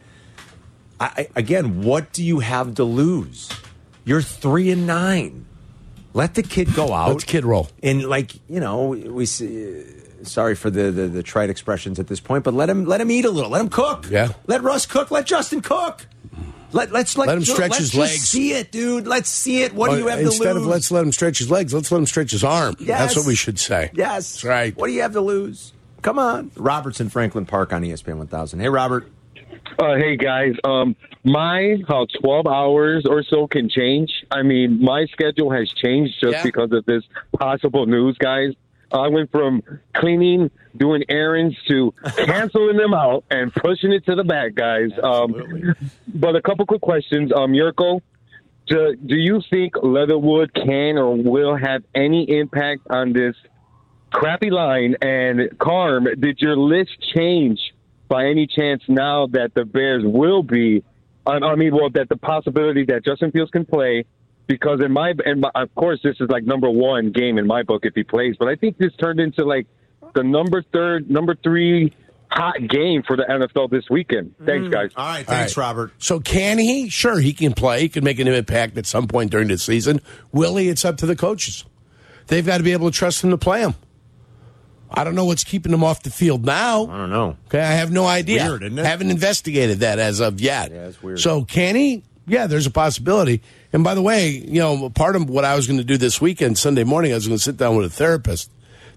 S4: I, I again, what do you have to lose? You're three and nine. Let the kid go out.
S5: Let the kid roll.
S4: And like you know, we see. Sorry for the, the the trite expressions at this point, but let him let him eat a little. Let him cook.
S5: Yeah.
S4: Let Russ cook. Let Justin cook. Let let's let,
S5: Let him
S4: ju-
S5: stretch
S4: let's
S5: his
S4: just
S5: legs. Oh,
S4: See it, dude. Let's see it. What do you have
S5: Uh, Instead
S4: to lose?
S5: of let's let him stretch his legs, let's let him stretch his arm. That's
S4: Yes.
S5: what we should say.
S4: Yes.
S5: That's right.
S4: What do you have to lose? Come on. Robertson Franklin Park on E ESPN 1000. Hey, Robert.
S10: Uh, hey guys, um, my how twelve hours or so can change. I mean, my schedule has changed just
S5: Yeah.
S10: because of this possible news, guys. I went from cleaning, doing errands to canceling them out and pushing it to the back, guys. Um, but a couple quick questions, um, Yurko. Do, do you think Leatherwood can or will have any impact on this crappy line? And Carm, did your list change by any chance now that the Bears will be? I I mean, well, that the possibility that Justin Fields can play, because in my and my, of course this is like number one game in my book if he plays, but I think this turned into like the number third, number three hot game for the NFL this weekend. Thanks, guys.
S4: All right.
S5: All
S4: Thanks,
S5: right.
S4: Robert.
S5: So can he? Sure, he can play. He can make an impact at some point during the season. Will he? It's up to the coaches. They've got to be able to trust him to play him. I don't know what's keeping him off the field now.
S4: I don't know.
S5: Okay, I have no idea.
S4: Weird, isn't it?
S5: Haven't investigated that as of yet.
S4: Yeah, it's weird.
S5: So can he? Yeah, there's a possibility. And by the way, you know, part of what I was going to do this weekend, Sunday morning, I was going to sit down with a therapist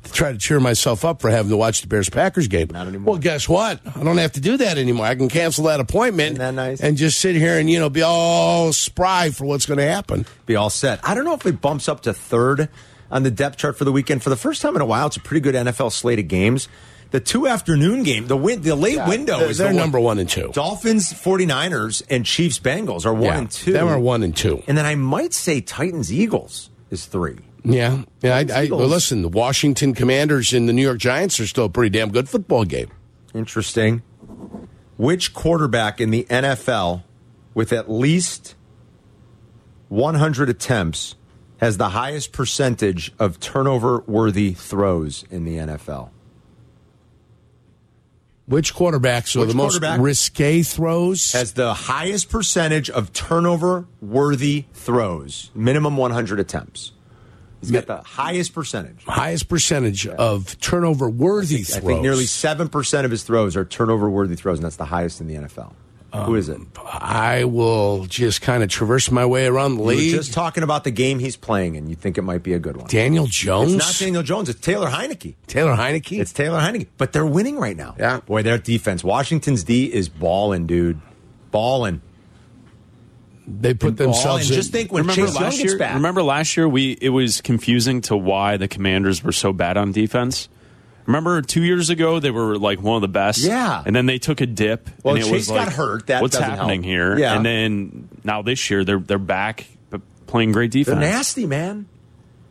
S5: to try to cheer myself up for having to watch the Bears Packers game. Not
S4: anymore.
S5: Well, guess what? I don't have to do that anymore. I can cancel that appointment
S4: Isn't that nice?
S5: and just sit here and you know be all spry for what's going to happen.
S4: Be all set. I don't know if it bumps up to third on the depth chart for the weekend. For the first time in a while, it's a pretty good NFL slate of games. The two afternoon game, the win, the late window
S5: They're,
S4: is
S5: they're
S4: the
S5: number one and two.
S4: Dolphins, 49ers, and Chiefs, Bengals are one
S5: Yeah,
S4: and two.
S5: Them are one and two.
S4: And then I might say Titans, Eagles is three.
S5: Yeah, yeah. I, I,
S4: Eagles.
S5: well, listen, the Washington Commanders and the New York Giants are still a pretty damn good football game.
S4: Interesting. Which quarterback in the NFL with at least 100 attempts has the highest percentage of turnover worthy throws in the NFL?
S5: Which quarterbacks are
S4: Which
S5: the most
S4: quarterback
S5: risque throws?
S4: Has the highest percentage of turnover worthy throws, minimum 100 attempts. He's got the highest percentage.
S5: highest percentage of turnover worthy
S4: I
S5: throws.
S4: think nearly 7% of his throws are turnover worthy throws, and that's the highest in the NFL. Who is
S6: Um,
S4: it?
S5: I will just kind of traverse my way around the
S4: We
S5: league.
S4: were just talking about the game he's playing, and you think it might be a good one.
S5: Daniel Jones,
S4: It's not Daniel Jones. It's Taylor Heineke.
S5: Taylor Heineke.
S4: It's Taylor Heineke. But they're winning right now.
S5: Yeah.
S4: Boy, their defense. Washington's D is balling, dude. Balling.
S5: They put themselves in.
S4: just think when
S6: remember
S4: Chase Young
S6: last
S4: gets
S6: year?
S4: back.
S6: Remember last year we it was confusing to why the Commanders were so bad on defense. Remember two years ago they were like one of the best.
S4: Yeah.
S6: and then they took a dip.
S4: Well,
S6: and it
S4: Chase
S6: was
S4: got
S6: like,
S4: hurt. That
S6: what's
S4: doesn't
S6: happening
S4: help.
S6: here?
S4: Yeah.
S6: and then now this year they're they're back but playing great defense.
S4: They're nasty, man.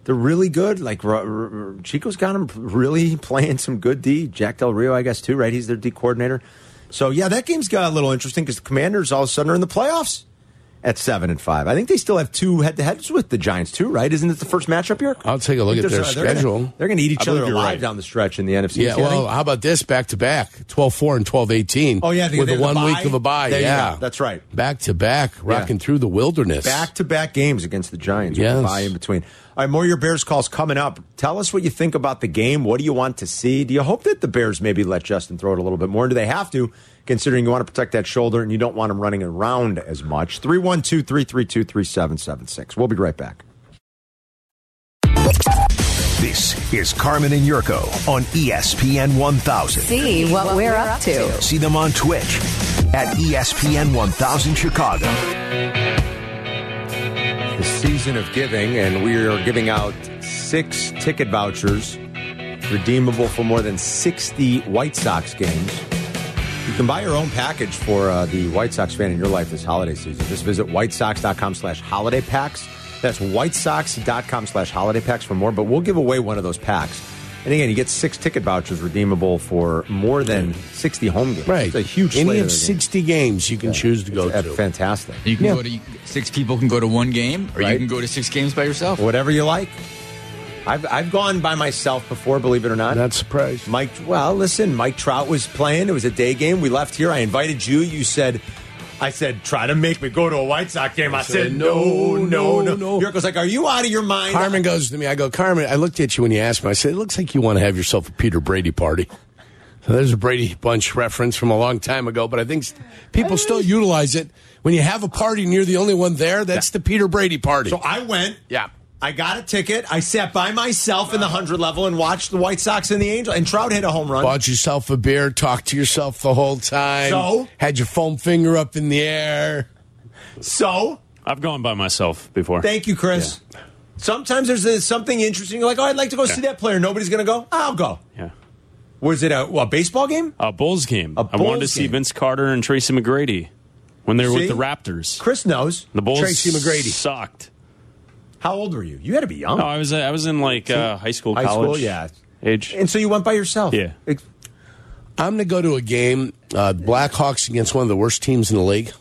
S4: They're really good. Like R- R- R- Chico's got them really playing some good D. Jack Del Rio, I guess, too, right? He's their D coordinator. So yeah, that game's got a little interesting because the Commanders all of a sudden are in the playoffs at seven and five. I think they still have two head to heads with the Giants too, right? Isn't it the first matchup here?
S5: I'll take a Oh, look at
S4: There's-
S5: their
S4: uh, they're
S5: schedule.
S4: Gonna, they're going to eat
S5: I
S4: each
S5: believe
S4: other
S5: you're
S4: alive
S5: right.
S4: down the stretch in the NFC.
S5: Yeah,
S4: I think.
S5: well, how about this back to back? 12 4 and 12 18.
S4: Oh, yeah, they-
S5: With
S4: they
S5: the
S4: have the
S5: one
S4: bye.
S5: week of a bye.
S4: There you
S5: yeah.
S4: go. That's right.
S5: Back to back, rocking through the wilderness.
S4: Back to back games against the Giants.
S5: Yes.
S4: With a bye in between. All right, more of your Bears calls coming up. Tell us what you think about the game. What do you want to see? Do you hope that the Bears maybe let Justin throw it a little bit more? Do they have to, considering you want to protect that shoulder and you don't want him running around as much? 312 332 3776. We'll be right back.
S2: This is Carmen and Yurko on E ESPN 1000.
S1: See what we're up to.
S2: See them on Twitch at E ESPN 1000 Chicago.
S4: The season of giving, and we are giving out six ticket vouchers redeemable for more than 60 White Sox games. You can buy your own package for uh, the White Sox fan in your life this holiday season. Just visit whitesox.com slash holiday packs. That's whitesox.com slash holiday packs for more, but we'll give away one of those packs. And again, you get six ticket vouchers redeemable for more than 60 home games.
S5: Right.
S4: It's a huge
S5: Any
S4: slate
S5: of
S4: of games.
S5: 60 games you can choose to go
S4: Uh,
S5: to.
S4: Fantastic.
S7: You can go to six people can go to one game, or you can go to six games by yourself.
S4: Whatever you like. I've, I've gone by myself before, believe it or not.
S5: Not surprised.
S4: Mike, well, listen, Mike Trout was playing. It was a day game. We left here. I invited you. You said, I said, try to make me go to a White Sox game. I, said, no, no, no.
S5: no.
S4: Yurko's like, are you out of your mind?
S5: Carmen goes to me. I go, Carmen, I looked at you when you asked me. I said, it looks like you want to have yourself a Peter Brady party. So there's a Brady Bunch reference from a long time ago, but I think st- people still utilize it. When you have a party and you're the only one there, that's the Peter Brady party.
S4: So I went.
S5: Yeah.
S4: I got a ticket. I sat by myself in the 100 level and watched the White Sox and the Angels. And Trout hit a home run.
S5: Bought yourself a beer, talked to yourself the whole time.
S4: So?
S5: Had your foam finger up in the air.
S4: So,
S6: I've gone by myself before.
S4: thank you, Chris. Sometimes there's uh, something interesting. You're like, oh, I'd like to go see that player. Nobody's going to go. I'll go.
S6: yeah.
S4: Was it a, a baseball game?
S6: A Bulls game.
S4: A
S6: I wanted to
S4: Bulls
S6: see
S4: game.
S6: Vince Carter and Tracy McGrady when they were
S4: See?
S6: with the Raptors.
S4: Chris knows.
S6: The Bulls
S5: Tracy McGrady.
S6: sucked.
S4: How old were you? You had to be young.
S6: No, I was I was in like uh, high school,
S4: High
S6: college,
S4: school, yeah.
S6: age.
S4: And so you went by yourself.
S6: Yeah.
S4: Ex-
S5: I'm going to go to a game, uh, Blackhawks against one of the worst teams in the league.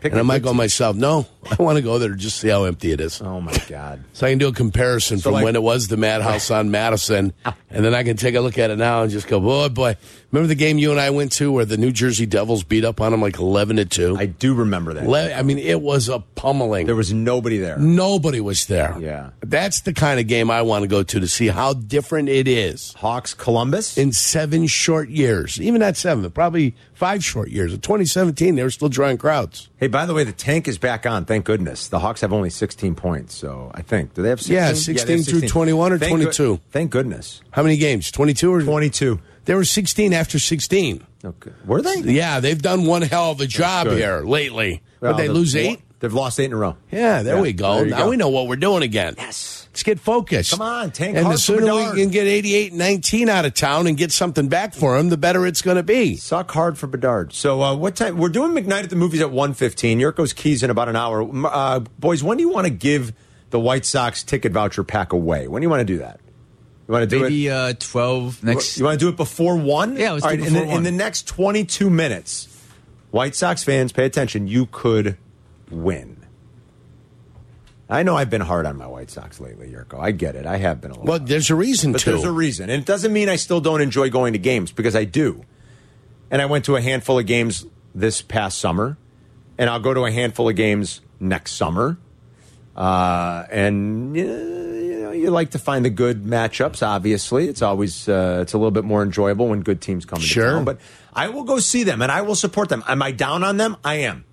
S4: Pick
S5: And I
S4: a
S5: might
S4: good
S5: go
S4: team.
S5: myself. No, I want to go there to just see how empty it is.
S4: Oh my god.
S5: So I can do a comparison from
S4: like-
S5: when it was the Madhouse on Madison, and then I can take a look at it now and just go, boy, boy. Remember the game you and I went to where the New Jersey Devils beat up on them like eleven to two?
S4: I do remember that.
S5: Le- I mean, it was a pummeling.
S4: there was nobody there.
S5: Nobody was there.
S4: Yeah.
S5: that's the kind of game I want to go to to see how different it is
S4: Hawks Columbus.
S5: in seven short years. Even not seven, but probably five short years. In 2017, they were still drawing crowds.
S4: hey, by the way, the tank is back on. Thank goodness. The Hawks have only 16 points, so I think do they have 16?
S5: Yeah,
S4: they have
S5: 16 through 21 or
S4: Thank good-
S5: 22?
S4: thank goodness.
S5: How many games? 22 or
S4: 22.
S5: They were 16 after 16.
S4: Okay. Were they?
S5: Yeah, they've done one hell of a job
S4: good.
S5: here lately.
S4: Well,
S5: but they
S4: they've
S5: lose
S4: lo-
S5: eight.
S4: They've lost 8 in a row.
S5: Yeah, there
S4: Yeah,
S5: we go.
S4: there you
S5: now
S4: go.
S5: we know what we're doing again.
S4: Yes.
S5: Let's get focused.
S4: Come on, tank
S5: And
S4: hard
S5: the
S4: for
S5: sooner we
S4: Bedard.
S5: can get 88 19 out of town and get something back for him, the better it's going to be.
S4: Suck hard for Bedard. So uh, what time? We're doing McKnight at the movies at 1.15. Yurko's Keys in about an hour. M- Uh, boys, when do you want to give the White Sox ticket voucher pack away? When do you want to do that? You want to do it?
S7: Maybe uh, twelve next.
S4: You want to do it before one?
S7: Yeah, let's do
S4: in,
S7: it
S4: the,
S7: before
S4: in
S7: one.
S4: the next 22 minutes, White Sox fans, pay attention. You could win. I know I've been hard on my White Sox lately, Yurko. I get it. I have been a little.
S5: Well,
S4: hard.
S5: there's a reason
S4: But
S5: to.
S4: there's a reason. And it doesn't mean I still don't enjoy going to games because I do. And I went to a handful of games this past summer, and I'll go to a handful of games next summer. Uh, and you know, you like to find the good matchups. Obviously, it's always uh, it's a little bit more enjoyable when good teams come. into
S5: Sure.
S4: town. but I will go see them and I will support them. Am I down on them? I am.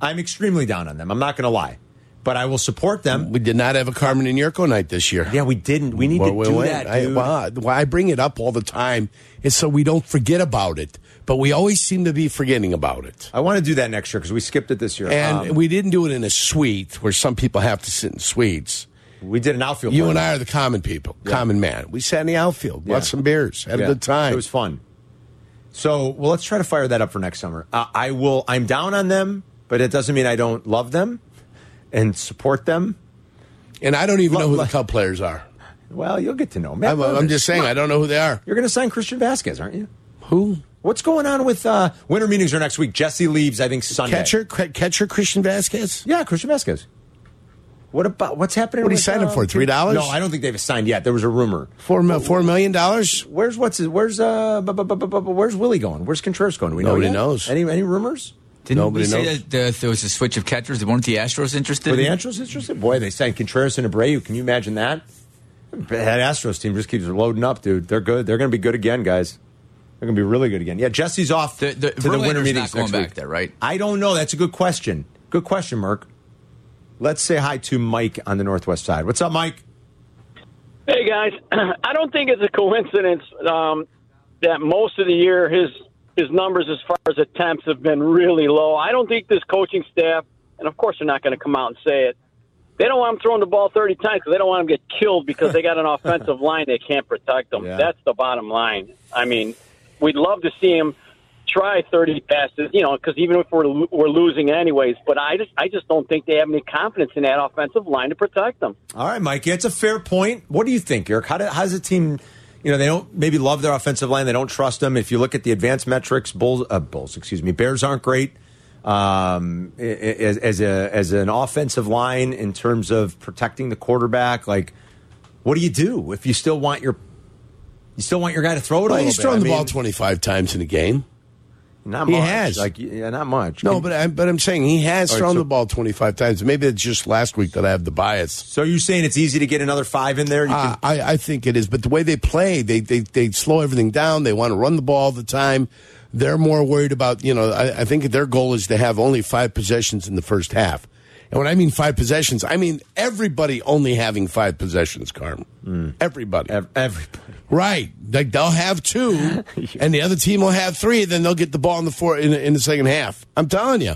S4: I'm extremely down on them. I'm not going to lie. but I will support them.
S5: We did not have a Carmen and Yurko night this year.
S4: Yeah, we didn't. We need to do that,
S5: I,
S4: dude.
S5: well, I- well, I bring it up all the time, and so we don't forget about it. But we always seem to be forgetting about it.
S4: I want to do that next year because we skipped it this year.
S5: And
S4: Um,
S5: we didn't do it in a suite where some people have to sit in suites.
S4: we did an outfield.
S5: You
S4: party.
S5: and I are the common people, common man. We sat in the outfield,
S4: Yeah.
S5: bought some beers, had
S4: Yeah.
S5: a good time.
S4: It was fun. So, well, let's try to fire that up for next summer. Uh, I will. I'm down on them, but it doesn't mean I don't love them and support them.
S5: and I don't even
S4: Lo-
S5: know who
S4: lo-
S5: the Cub players are.
S4: Well, you'll get to know. Matt
S5: I'm, I'm
S4: Rhodes.
S5: just saying, I don't know who they are.
S4: You're going to sign Christian Vasquez, aren't you?
S5: Who?
S4: What's going on with uh, winter meetings are next week? Jesse leaves, I think Sunday.
S5: Catcher, cre- catcher Christian Vasquez?
S4: Yeah, Christian Vasquez. What about what's happening?
S5: What are you
S4: with,
S5: signing
S4: uh,
S5: for, $3?
S4: No, I don't think they've signed yet. There was a rumor.
S5: Four, mil- $4 million? dollars?
S4: Where's what's his, where's uh bu- bu- bu- bu- bu- bu- where's Willie going? Where's Contreras going? Do we know
S5: Nobody
S4: yet?
S5: knows.
S4: Any any rumors?
S7: Didn't
S5: Nobody
S7: we say
S5: knows.
S7: that uh, there was a switch of catchers? Weren't the Astros interested?
S4: Were the Astros interested? Boy, they signed Contreras and Abreu. Can you imagine that? That Astros team just keeps loading up, dude. They're good. They're going to be good again, guys. They're going to be really good again. Yeah, Jesse's off
S7: The- the-
S4: to the winter
S7: Verlander's
S4: meetings
S7: not going
S4: next
S7: back
S4: week.
S7: there, right?
S4: I don't know. That's a good question. Good question, Merck. Let's say hi to Mike on the northwest side. What's up, Mike?
S11: Hey guys, I don't think it's a coincidence um, that most of the year his his numbers as far as attempts have been really low. I don't think this coaching staff, and of course they're not going to come out and say it, they don't want him throwing the ball thirty times because they don't want him to get killed because they got an offensive line they can't protect them.
S4: Yeah.
S11: That's the bottom line. I mean, we'd love to see him try thirty passes, you know, because even if we're lo- we're losing anyways, but I just I just don't think they have any confidence in that offensive line to protect them.
S4: All right, Mike. It's a fair point. What do you think, Eric? How, do, how does the team? You know, they don't maybe love their offensive line. They don't trust them. If you look at the advanced metrics, Bulls, uh, Bulls, excuse me, Bears aren't great um, i- i- as, as a as an offensive line in terms of protecting the quarterback. Like, what do you do if you still want your you still want your guy to throw it?
S5: Well,
S4: a
S5: he's
S4: little
S5: thrown
S4: bit?
S5: the
S4: I
S5: ball
S4: mean,
S5: 25 times in a game.
S4: Not
S5: He
S4: much.
S5: has.
S4: Like, yeah, not much.
S5: No, but, I, but I'm saying he has
S4: All right,
S5: thrown
S4: so-
S5: the ball 25 times. Maybe it's just last week that I have the bias.
S4: so you're saying it's easy to get another five in there? You
S5: Uh, I, I think it is. But the way they play, they, they, they slow everything down. They want to run the ball all the time. They're more worried about, you know, I, I think their goal is to have only five possessions in the first half. And when I mean five possessions, I mean everybody only having five possessions, Carm.
S4: Hmm.
S5: Everybody.
S4: can, ev- everybody.
S5: Right. Like they'll have two, and the other team will have three, and then they'll get the ball in the four in, in the second half. I'm telling you.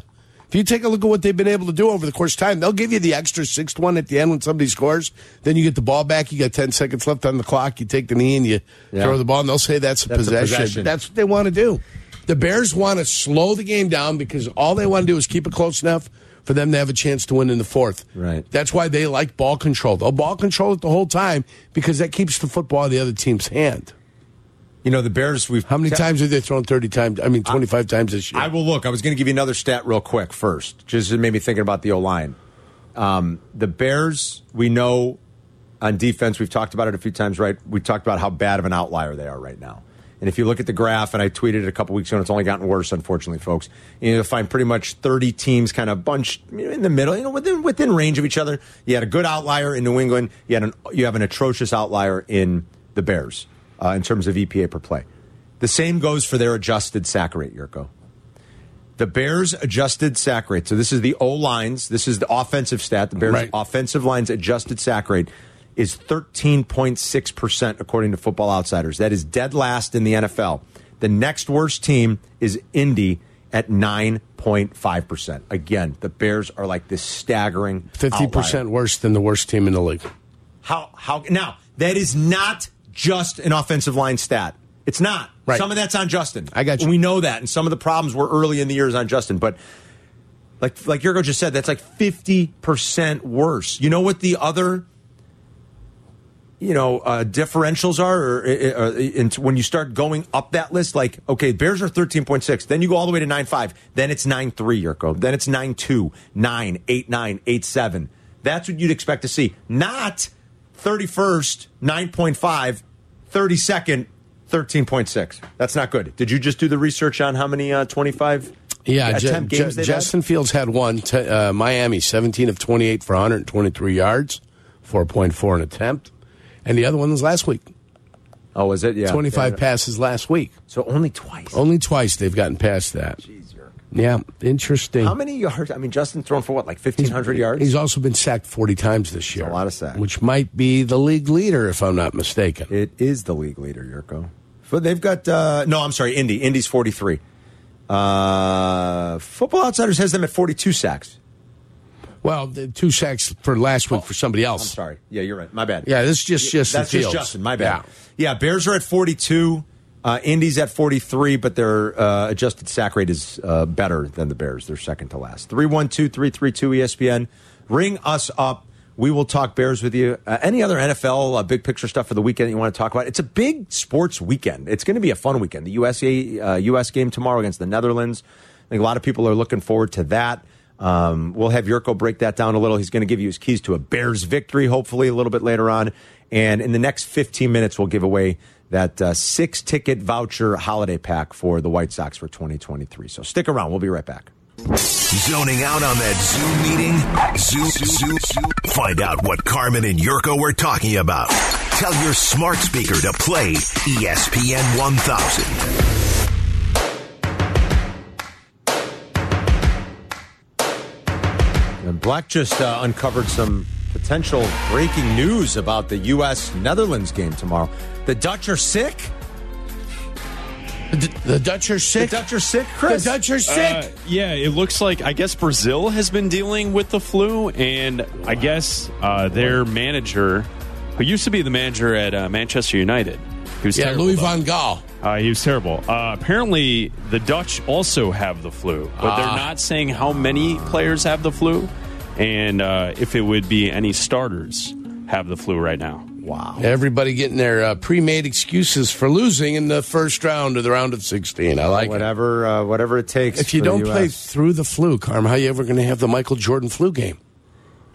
S5: If you take a look at what they've been able to do over the course of time, they'll give you the extra sixth one at the end when somebody scores. Then you get the ball back. You got 10 seconds left on the clock. You take the knee and you
S4: Yeah.
S5: throw the ball, and they'll say that's a,
S4: That's a
S5: possession.
S4: possession.
S5: That's what they want to do. The Bears want to slow the game down because all they want to do is keep it close enough for them to have a chance to win in the fourth.
S4: Right.
S5: That's why they like ball control. They'll ball control it the whole time because that keeps the football in the other team's hand.
S4: You know, the Bears. We've
S5: How many times have they thrown 30 times? I mean, 25 times this year.
S4: I will look. I was going to give you another stat real quick first. Just it made me thinking about the O line. Um, the Bears, we know on defense, we've talked about it a few times, right? We talked about how bad of an outlier they are right now. And if you look at the graph, and I tweeted it a couple weeks ago, and it's only gotten worse, unfortunately, folks. You know, you'll find pretty much 30 teams kind of bunched you know, in the middle, you know, within within range of each other. You had a good outlier in New England. You had an you have an atrocious outlier in the Bears uh, in terms of EPA per play. The same goes for their adjusted sack rate, Yurko. The Bears adjusted sack rate. So this is the O lines. This is the offensive stat. The Bears
S5: Right.
S4: offensive lines adjusted sack rate is 13.6% according to Football Outsiders. That is dead last in the NFL. The next worst team is Indy at 9.5%. Again, the Bears are like this staggering
S5: 50%
S4: outlier.
S5: worse than the worst team in the league.
S4: How how now, that is not just an offensive line stat. It's not.
S5: Right.
S4: Some of that's on Justin.
S5: I got you.
S4: We know that and some of the problems were early in the years on Justin, but like like Yurko just said, that's like fifty percent worse. You know what the other you know uh, differentials are, or, or, or in, when you start going up that list, like okay, Bears are thirteen point six, then you go all the way to nine five, then it's nine three, Yurko, then it's nine two, nine eight nine eight seven. That's what you'd expect to see, not thirty first, nine point five, thirty second. 13.6. That's not good. Did you just do the research on how many uh, 25
S5: Yeah, Ju-
S4: attempt
S5: Ju-
S4: games they've had?
S5: Justin Fields had one. T- uh, Miami, 17 of 28 for 123 yards, 4.4 an attempt. And the other one was last week.
S4: Oh, is it? Yeah.
S5: 25
S4: Yeah.
S5: passes last week.
S4: So only twice.
S5: Only twice they've gotten past that. Yeah, interesting.
S4: How many yards? I mean, Justin thrown for what, like fifteen hundred yards?
S5: He's also been sacked 40 times this year. A lot of sacks. Which might be the league leader, if I'm not mistaken.
S4: It is the league leader, Yurko. But they've got uh, no. I'm sorry, Indy. Indy's 43. Uh, Football Outsiders has them at 42 sacks.
S5: Well, the two sacks for last week for somebody else.
S4: Oh, I'm sorry. Yeah, you're right. My bad.
S5: Yeah, this is just
S4: Yeah,
S5: Justin
S4: That's
S5: Fields.
S4: just Justin. My bad. Yeah. Bears are at 42. Uh, Indy's at 43, but their uh, adjusted sack rate is uh, better than the Bears. They're second to last. 312 332 ESPN. Ring us up. We will talk Bears with you. Uh, any other NFL uh, big picture stuff for the weekend you want to talk about? It's a big sports weekend. It's going to be a fun weekend. The USA uh, US game tomorrow against the Netherlands. I think a lot of people are looking forward to that. Um, we'll have Yurko break that down a little. He's going to give you his keys to a Bears victory, hopefully, a little bit later on. And in the next 15 minutes, we'll give away that uh, six ticket voucher holiday pack for the White Sox for 2023. So stick around. We'll be right back.
S2: Zoning out on that Zoom meeting? Zoom, Zoom, Zoom. Find out what Carmen and Yurko were talking about. Tell your smart speaker to play E ESPN 1000.
S4: And Black just uh, uncovered some potential breaking news about the U.S. Netherlands game tomorrow. The Dutch are sick.
S5: The, Dutch are sick.
S4: The Dutch are sick, Chris.
S5: The Dutch are sick.
S6: Uh, yeah, it looks like I guess Brazil has been dealing with the flu, and I guess uh, their manager, who used to be the manager at uh, Manchester United, he was
S5: Yeah,
S6: terrible,
S5: Louis
S6: though.
S5: Van Gaal.
S6: Uh, he was terrible. Uh, apparently, the Dutch also have the flu, but they're not saying how many players have the flu, and uh, if it would be any starters have the flu right now.
S4: Wow.
S5: Everybody getting their uh, pre-made excuses for losing in the first round or the round of 16. I like it.
S4: whatever, uh, whatever it takes.
S5: If you
S4: for the
S5: don't play
S4: US.
S5: through the flu, Carm, how you ever going to have the Michael Jordan flu game?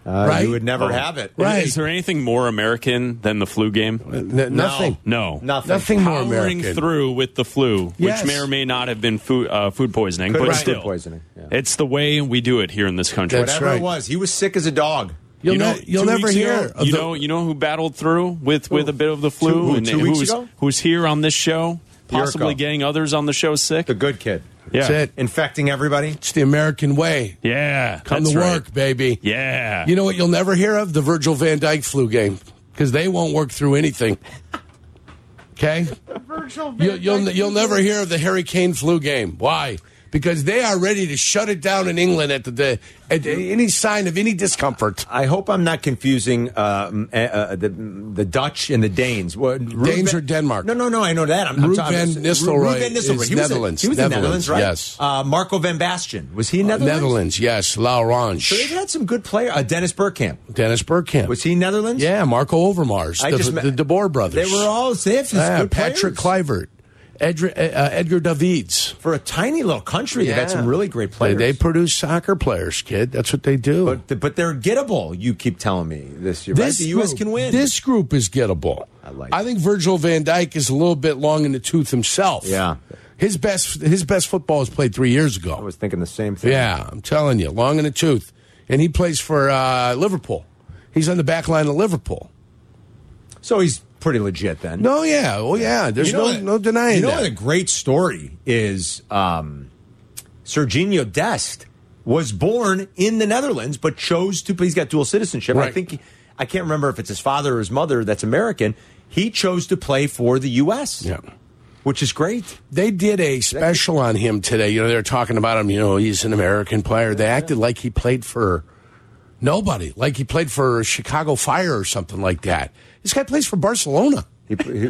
S4: Uh,
S5: right?
S4: you would never have it.
S5: Right.
S6: Is there anything more American than the flu game?
S5: N- nothing.
S6: No.
S4: Nothing.
S5: Nothing more
S6: Powering
S5: American.
S6: through with the flu,
S5: Yes.
S6: which may or may not have been food, uh, food poisoning,
S4: Could
S6: but
S4: have been food
S6: still,
S4: poisoning, yeah.
S6: it's the way we do it here in this country.
S5: That's
S4: Whatever
S5: right.
S4: it was, he was sick as a dog.
S5: You'll,
S6: You know,
S5: ne- you'll
S6: two
S5: never
S6: weeks
S5: hear.
S6: ago,
S5: of
S6: you
S5: the-
S6: know, you know who battled through with with a bit of the flu,
S4: Two- who, two
S6: who
S4: weeks
S6: was-
S4: ago?
S6: who's here on this show, possibly
S4: Yurko.
S6: getting others on the show sick.
S4: The good kid.
S6: yeah,
S5: That's it.
S4: Infecting everybody.
S5: It's the American way.
S6: yeah,
S5: Come
S6: that's
S5: to
S6: right.
S5: work, baby.
S6: Yeah,
S5: You know what you'll never hear of? The Virgil Van Dyke flu game because they won't work through anything. Okay? You'll, you'll, you'll never hear of the Harry Kane flu game. Why? Because they are ready to shut it down in England at the, the at any sign of any discomfort.
S4: I hope I'm not confusing um, uh, uh, the, the Dutch and the Danes. What,
S5: Danes are Denmark.
S4: No, no, no. I know that. I'm, I'm
S5: Ruud
S4: talking-
S5: van
S4: Ruud
S5: Nistelrooy
S4: van Nistelrooy.
S5: is
S4: He was a-
S5: Netherlands.
S4: He was in Netherlands,
S5: Netherlands,
S4: right?
S5: yes.
S4: Uh, Marco van Basten was he Netherlands?
S5: Netherlands, yes.
S4: So they've
S5: L'Orange.
S4: had some good players. Uh, Dennis Burkamp
S5: Dennis Burkamp.
S4: was he Netherlands?
S5: yeah, Marco Overmars.
S4: I
S5: the,
S4: just
S5: the,
S4: met-
S5: DeBoer brothers.
S4: They were all they have some
S5: Yeah,
S4: good
S5: Ah, Patrick
S4: players.
S5: Clivert. Edgar, uh, Edgar Davids.
S4: for a tiny little country. They've had
S5: Yeah.
S4: some really great players.
S5: They, they produce soccer players, kid. That's what they do.
S4: but th- but they're gettable. You keep telling me this year. right? The U.S.
S5: group-
S4: can win.
S5: This group is gettable.
S4: I like
S5: I
S4: it.
S5: think Virgil Van Dyke is a little bit long in the tooth himself.
S4: Yeah.
S5: His best his best football was played three years ago.
S4: I was thinking the same thing.
S5: yeah, I'm telling you, long in the tooth. And he plays for uh, Liverpool. He's on the back line of Liverpool.
S4: So he's pretty legit then.
S5: No, yeah, oh yeah. There's
S4: You know
S5: no
S4: what-
S5: no denying
S4: You know
S5: that.
S4: what a great story is um, Serginho Dest was born in the Netherlands but chose to he's got dual citizenship. I
S5: Right.
S4: think he- I can't remember if it's his father or his mother that's American. He chose to play for the US.
S5: Yeah.
S4: Which is great.
S5: They did a special on him today. You know, they're talking about him. You know, he's an American player. They acted like he played for nobody, like he played for Chicago Fire or something like that. This guy plays for Barcelona.
S4: He- he-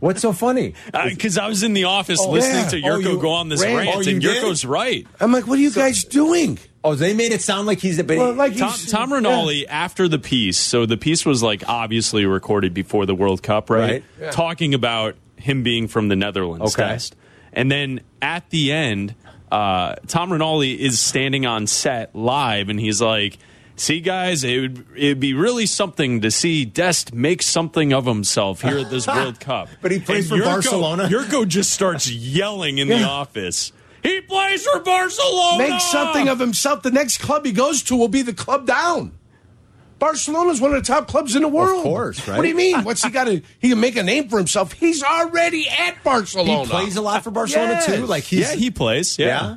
S4: what's so funny?
S6: because Uh, I was in the office
S5: Oh,
S6: listening
S5: yeah.
S6: to
S5: Oh,
S6: Yurko
S5: you
S6: go on this
S5: ran-
S6: rant,
S5: Oh, you
S6: and
S5: did?
S6: Yurko's right.
S5: I'm like, what are you guys doing?
S4: Oh, they made it sound like he's a baby.
S5: Well, like
S6: Tom,
S5: he's-
S6: Tom
S5: yeah.
S6: Rinaldi, after the piece, so the piece was like obviously recorded before the World Cup, right?
S4: Right.
S5: Yeah.
S6: Talking about him being from the Netherlands
S4: Okay.
S6: test. And then at the end, uh, Tom Rinaldi is standing on set live and he's like, See, guys, it would it'd be really something to see Dest make something of himself here at this World Cup.
S4: But he plays
S6: And
S4: for Barcelona.
S6: Yurko just starts yelling in the
S5: Yeah.
S6: office. He plays for Barcelona.
S5: Make something of himself. The next club he goes to will be the club down. Barcelona's one of the top clubs in the world.
S4: course, right?
S5: What do you mean? What's he got to? He can make a name for himself. He's already at Barcelona.
S4: he plays a lot for Barcelona
S5: Yes.
S4: too. Like he's
S6: yeah, he plays.
S4: Yeah.
S6: Yeah.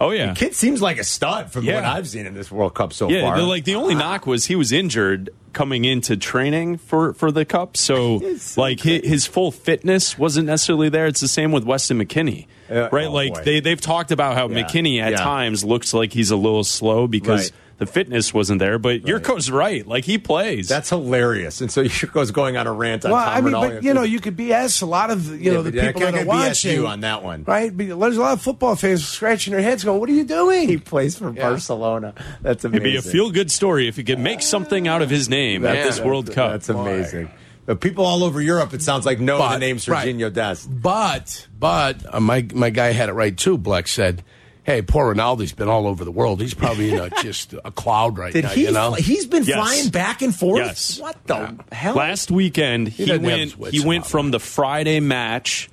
S6: Oh yeah,
S4: the kid seems like a stud from
S6: Yeah.
S4: what I've seen in this World Cup so
S6: yeah,
S4: far.
S6: the- like the only knock was he was injured coming into training for for the cup, so, like his, his full fitness wasn't necessarily there. It's the same with Weston McKinney,
S4: Uh,
S12: Yeah,
S6: right?
S12: oh,
S6: like
S12: boy.
S6: they they've talked about how
S12: Yeah,
S6: McKinney at
S12: yeah.
S6: times looks like he's a little slow because
S4: Right.
S6: the fitness wasn't there. But your coach's right; like he plays.
S4: That's hilarious. And so Yurko's going on a rant on
S5: Well,
S4: Tom
S5: I mean,
S4: Rinaldi.
S5: but you know, you could BS a lot of
S4: Yeah,
S5: you know the
S4: but I
S5: people
S4: can't
S5: that are
S4: get BS
S5: watching
S4: you on that one.
S5: right? But there's a lot of football fans scratching their heads, going, "What are you doing?" He
S4: plays for Barcelona. That's
S6: It'd
S4: amazing.
S6: be a feel good story if you could make something out of his name at this World Cup.
S4: That's amazing. The people all over Europe, it sounds like know the
S5: But-
S4: name
S5: right.
S4: Serginho Dest.
S5: But but uh, my my guy had it right too. Bleck said, "Hey, poor Ronaldo's been all over the world. He's probably in a, just a cloud right
S4: Did
S5: now."
S4: he?
S5: you know,
S4: fly- he's been
S6: Yes.
S4: flying back and forth.
S6: Yes.
S4: What the hell?
S6: Last weekend,
S4: He
S6: he,
S4: doesn't have
S6: went.
S4: his wits
S6: He went
S4: about
S6: from the Friday match,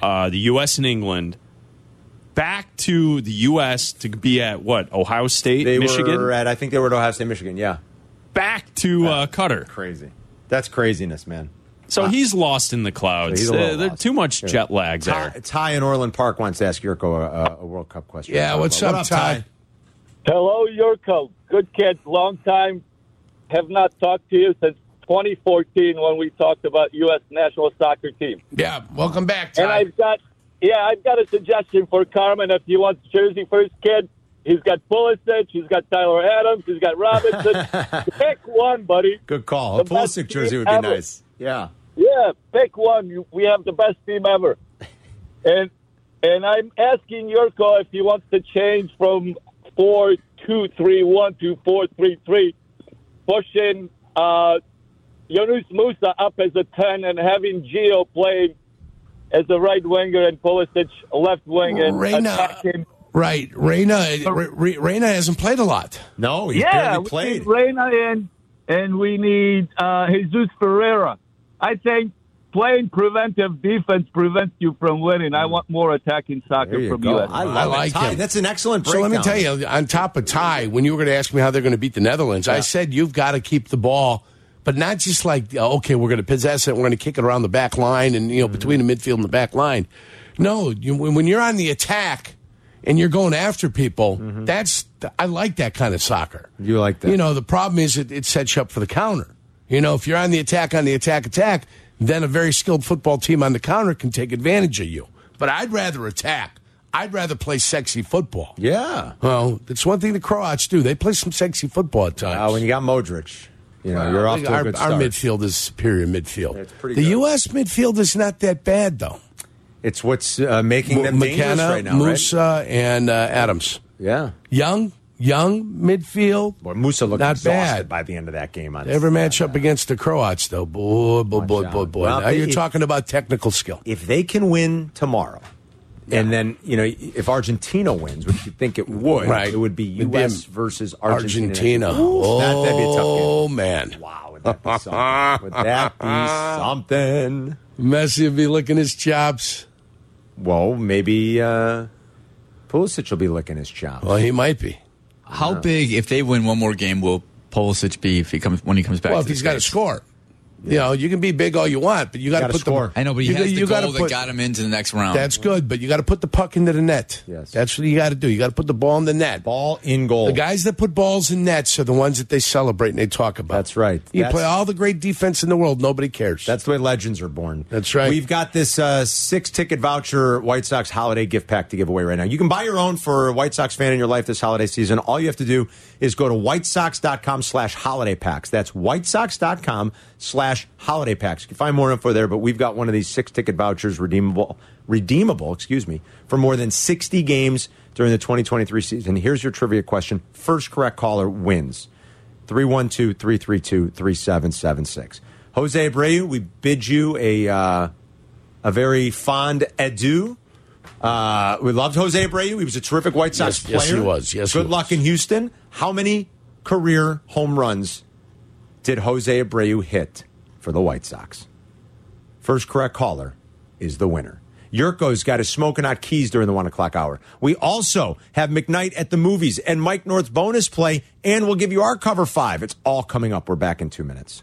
S6: uh, the U.S. and England, back to the U.S. to be at what Ohio State,
S4: they
S6: Michigan,
S4: were at. I think they were at Ohio State, Michigan. Yeah,
S6: back to uh, Qatar.
S4: crazy. That's craziness, man.
S6: So he's lost in the clouds.
S4: he's a
S6: There-
S4: little
S6: there-
S4: lost.
S6: too much
S4: Sure.
S6: jet lag
S4: Ty,
S6: there.
S4: Ty in Orland Park wants to ask Yurko a, a World Cup question.
S5: Yeah, what's up, Ty?
S9: Hello, Yurko. Good kid. Long time. Have not talked to you since 2014 when we talked about U.S. national soccer team.
S5: yeah, welcome back.
S9: And I've got, yeah, I've got a suggestion for Carmen if he wants Jersey for his kid. He's got Pulisic, he's got Tyler Adams, he's got Robinson. pick one, buddy.
S4: Good call. A
S9: The best
S4: Pulisic jersey
S9: team
S4: would be
S9: ever.
S4: nice. Yeah.
S9: Yeah, pick one. You- We have the best team ever. And and I'm asking Yurko if he wants to change from four two three one to four three three, pushing uh, Yunus Musa up as a ten and having Gio play as a right winger and Pulisic left wing and
S5: Reina.
S9: attacking.
S5: Right, Reina. Re- Reina hasn't played a lot.
S4: No,
S9: yeah, we need Reina in, and we need uh, Jesus Ferreira. I think playing preventive defense prevents you from winning. I want more attacking soccer from you.
S4: I, love it.
S5: like
S4: Ty,
S5: him.
S4: That's an excellent
S5: So
S4: breakdown.
S5: let me tell you, on top of Ty, when you were going to ask me how they're going to beat the Netherlands, I said you've got to keep the ball, but not just like uh, okay, we're going to possess it, we're going to kick it around the back line, and you know between the midfield and the back line. No, you, when when you're on the attack and you're going after people, that's I like that kind of soccer.
S4: Mm-hmm. You like that?
S5: You know, the problem is it, it sets you up for the counter. You know, if you're on the attack, on the attack, attack, then a very skilled football team on the counter can take advantage of you. But I'd rather attack. I'd rather play sexy football.
S4: Yeah.
S5: Well, it's one thing the Croats do. They play some sexy football at times. Uh,
S4: Uh, when you got Modric, you know, you're off to
S5: our,
S4: a good
S5: our
S4: start.
S5: midfield is superior midfield.
S4: It's pretty
S5: the
S4: good.
S5: U.S. midfield is not that bad, though.
S4: it's what's uh, making them dangerous
S5: McKenna,
S4: right now,
S5: Musa, and uh, Adams.
S4: right? Yeah.
S5: Young, young midfield.
S4: Boy, Musa looked
S5: Not
S4: exhausted
S5: bad.
S4: by the end of that game. On
S5: They ever match up against the Croats, though. Boy, boy, boy, boy, boy.
S4: Well,
S5: now
S4: they-
S5: you're talking about technical skill.
S4: if they can win tomorrow, and then you know if Argentina wins, which you think it would,
S5: Right.
S4: it would be
S5: It'd be a-
S4: U.S. versus Argentina.
S5: Argentina.
S4: Ooh, that- that'd be a tough
S5: Oh, man.
S4: Wow, would that be something? would that be something?
S5: Messi would be licking his chops.
S4: Well, maybe uh, Pulisic will be licking his chops.
S5: Well, he might be.
S7: How big, if they win one more game, will Pulisic be if he comes when he comes back?
S5: well,
S7: to
S5: if
S7: the
S5: he's got to
S7: States?
S5: score. You know, you can be big all you want, but you got to
S4: Gotta
S5: put
S4: score.
S5: the.
S7: I know, but he
S5: you,
S7: has the
S5: you gotta
S7: goal that
S5: put-
S7: got him into the next round.
S5: That's good, but you got to put the puck into the net.
S4: Yes.
S5: That's what you got to do. You got to put the ball in the net.
S4: Ball in goal.
S5: The guys that put balls in nets are the ones that they celebrate and they talk about.
S4: That's right.
S5: You
S4: That's-
S5: play all the great defense in the world, nobody cares.
S4: That's the way legends are born.
S5: That's right.
S4: We've got this uh, six ticket voucher White Sox holiday gift pack to give away right now. You can buy your own for a White Sox fan in your life this holiday season. All you have to do is go to whitesox.com slash holiday packs. That's whitesox.com slash holiday packs. You can find more info there, but we've got one of these six ticket vouchers redeemable, redeemable, excuse me, for more than 60 games during the 2023 season. Here's your trivia question. First correct caller wins. 312 332 3776. Jose Abreu, we bid you a, uh, a very fond adieu. Uh, we loved Jose Abreu. He was a terrific White Sox
S5: Yes, yes,
S4: player.
S5: he was. Yes, he
S4: Good luck in Houston. How many career home runs did Jose Abreu hit for the White Sox? First correct caller is the winner. Yurko's got his smoking hot keys during the one o'clock hour. We also have McKnight at the movies and Mike North's bonus play, and we'll give you our cover five. It's all coming up. We're back in two minutes.